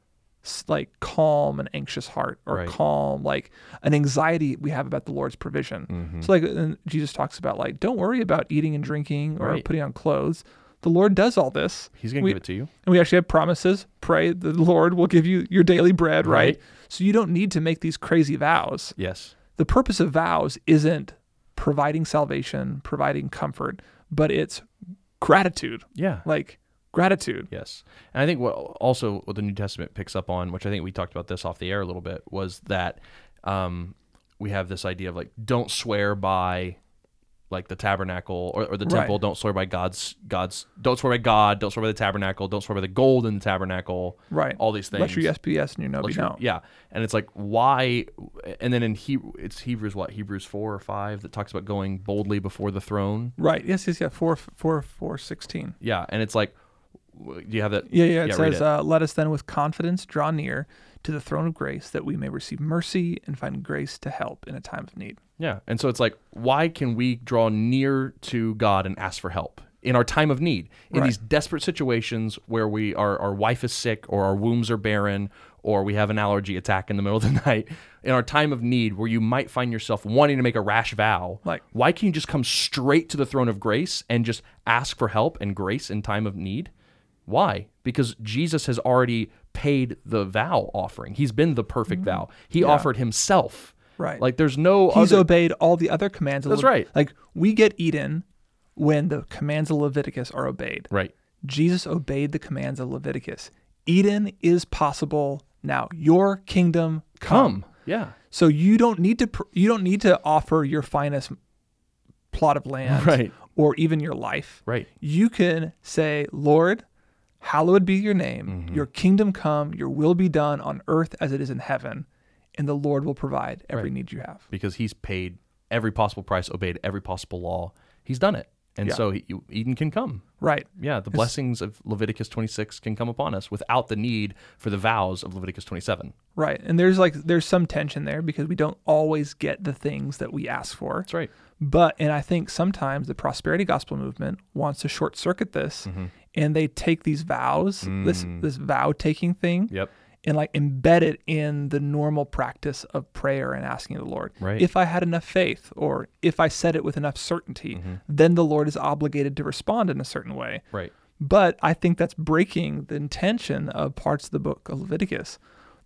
B: s- like calm an anxious heart or
A: Right.
B: calm like an anxiety we have about the Lord's provision.
A: Mm-hmm.
B: So like and Jesus talks about like don't worry about eating and drinking or
A: Mm. Right.
B: putting on clothes. The Lord does all this.
A: He's gonna
B: We-
A: give it to you.
B: and we actually have promises. Pray the Lord will give you your daily bread, right?
A: Right.
B: So you don't need to make these crazy vows.
A: Yes.
B: The purpose of vows isn't providing salvation, providing comfort, but it's gratitude.
A: Yeah.
B: Like gratitude.
A: Yes. And I think what also what the New Testament picks up on, which I think we talked about this off the air a little bit, was that um, we have this idea of like don't swear by like the tabernacle or, or the
B: Right.
A: temple, don't swear by God's God's don't swear by God, don't swear by the tabernacle, don't swear by the gold in the tabernacle.
B: Right.
A: All these things.
B: Let your yes be yes and your no be
A: Sure.
B: no.
A: Yeah, and it's like why? And then in Hebrew, it's Hebrews what Hebrews four or five that talks about going boldly before the throne.
B: Right. Yes, yes, yeah. Four, four, four, sixteen.
A: Yeah, and it's like, w- do you have that?
B: Yeah, yeah. It
A: read
B: says, Uh, "Let us then with confidence draw near to the throne of grace, that we may receive mercy and find grace to help in a time of need."
A: yeah, and so it's like, why can we draw near to God and ask for help in our time of need, in
B: Right.
A: these desperate situations where we our our wife is sick or our wombs are barren or we have an allergy attack in the middle of the night, in our time of need where you might find yourself wanting to make a rash vow,
B: Like-
A: why can you just come straight to the throne of grace and just ask for help and grace in time of need? Why? Because Jesus has already paid the vow offering. He's been the perfect vow. He offered himself.
B: Right.
A: Like there's no
B: He's
A: other
B: obeyed all the other commands. Of
A: That's
B: Levit-
A: right.
B: Like we get Eden when the commands of Leviticus are obeyed.
A: Right.
B: Jesus obeyed the commands of Leviticus. Eden is possible now. Your kingdom come.
A: Come. Yeah.
B: So you don't need to pr- you don't need to offer your finest plot of land
A: Right.
B: or even your life.
A: Right.
B: You can say, "Lord, hallowed be your name.
A: Mm-hmm.
B: Your kingdom come, your will be done on earth as it is in heaven." And the Lord will provide every need you have.
A: Because he's paid every possible price, obeyed every possible law. He's done it. And
B: Yeah.
A: so he, you- Eden can come.
B: Right.
A: Yeah, the blessings of Leviticus 26 can come upon us without the need for the vows of Leviticus 27.
B: Right. And there's like there's some tension there because we don't always get the things that we ask for.
A: That's right.
B: But and I think sometimes the prosperity gospel movement wants to short circuit this and they take these vows, this this vow taking thing
A: Yep.
B: and like embed it in the normal practice of prayer and asking the Lord.
A: Right.
B: If I had enough faith or if I said it with enough certainty, then the Lord is obligated to respond in a certain way.
A: Right.
B: But I think that's breaking the intention of parts of the book of Leviticus.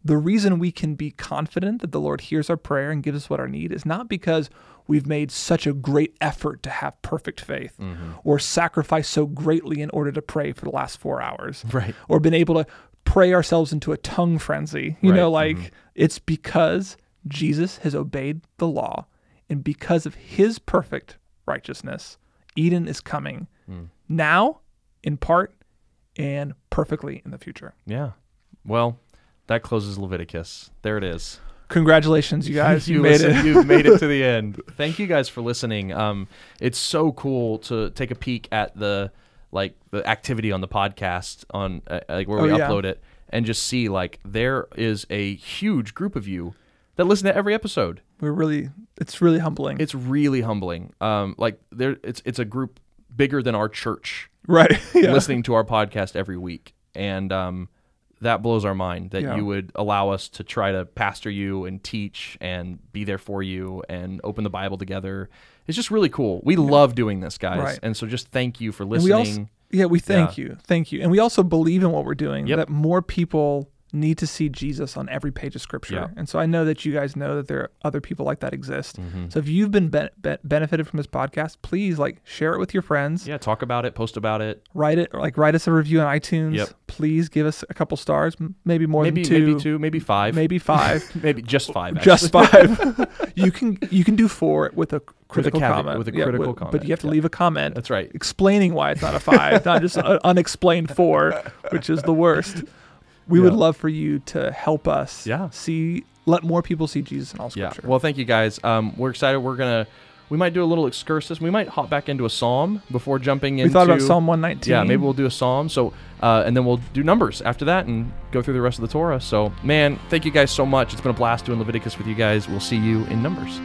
B: The reason we can be confident that the Lord hears our prayer and gives us what our need is not because we've made such a great effort to have perfect faith or sacrificed so greatly in order to pray for the last four hours
A: Right.
B: or been able to pray ourselves into a tongue frenzy. You know, like it's because Jesus has obeyed the law and because of his perfect righteousness, Eden is coming
A: Hmm.
B: now in part and perfectly in the future.
A: Yeah. Well, that closes Leviticus. There it is.
B: Congratulations, you guys. You,
A: you
B: made
A: listen-
B: it.
A: You've made it to the end. Thank you guys for listening. Um, it's so cool to take a peek at the like the activity on the podcast on uh, like where we
B: Oh, yeah.
A: upload it and just see like there is a huge group of you that listen to every episode.
B: We're really, it's really humbling.
A: It's really humbling. Um, like there, it's it's a group bigger than our church
B: right. yeah.
A: listening to our podcast every week, and um, that blows our mind that
B: Yeah.
A: you would allow us to try to pastor you and teach and be there for you and open the Bible together. It's just really cool. We love doing this, guys,
B: Right.
A: and so just thank you for
B: And
A: listening.
B: we also, yeah, we thank you. Thank you. And we also believe in what we're doing
A: Yep.
B: that more people need to see Jesus on every page of scripture.
A: Yeah.
B: And so I know that you guys know that there are other people like that exist.
A: Mm-hmm.
B: So if you've been ben- ben- benefited from this podcast, please like share it with your friends.
A: yeah, talk about it, post about it.
B: write it or like write us a review on iTunes.
A: Yep.
B: Please give us a couple stars, m- maybe more
A: Maybe
B: than two,
A: maybe two, maybe five,
B: maybe five,
A: maybe just five. actually.
B: just five. you can you can do four with a critical
A: caveat-
B: comment.
A: with a
B: Yeah,
A: critical
B: But you
A: comment,
B: have to
A: yeah.
B: leave a comment.
A: That's right.
B: Explaining why it's not a five, not just an unexplained four, which is the worst. We would
A: Yeah.
B: love for you to help us.
A: Yeah.
B: See, let more people see Jesus in all
A: Yeah.
B: Scripture.
A: Well, thank you guys. Um, we're excited. We're gonna. We might do a little excursus. We might hop back into a psalm before jumping
B: we
A: into.
B: thought about Psalm 119.
A: Yeah, maybe we'll do a psalm. So, uh, and then we'll do numbers after that and go through the rest of the Torah. So, man, thank you guys so much. It's been a blast doing Leviticus with you guys. We'll see you in numbers.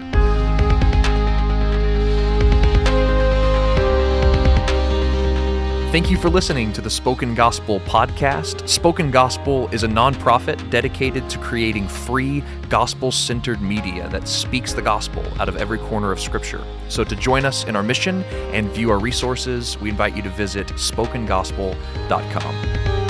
C: Thank you for listening to the Spoken Gospel podcast. Spoken Gospel is a nonprofit dedicated to creating free, gospel centered media that speaks the gospel out of every corner of Scripture. So, to join us in our mission and view our resources, we invite you to visit spokengospel.com.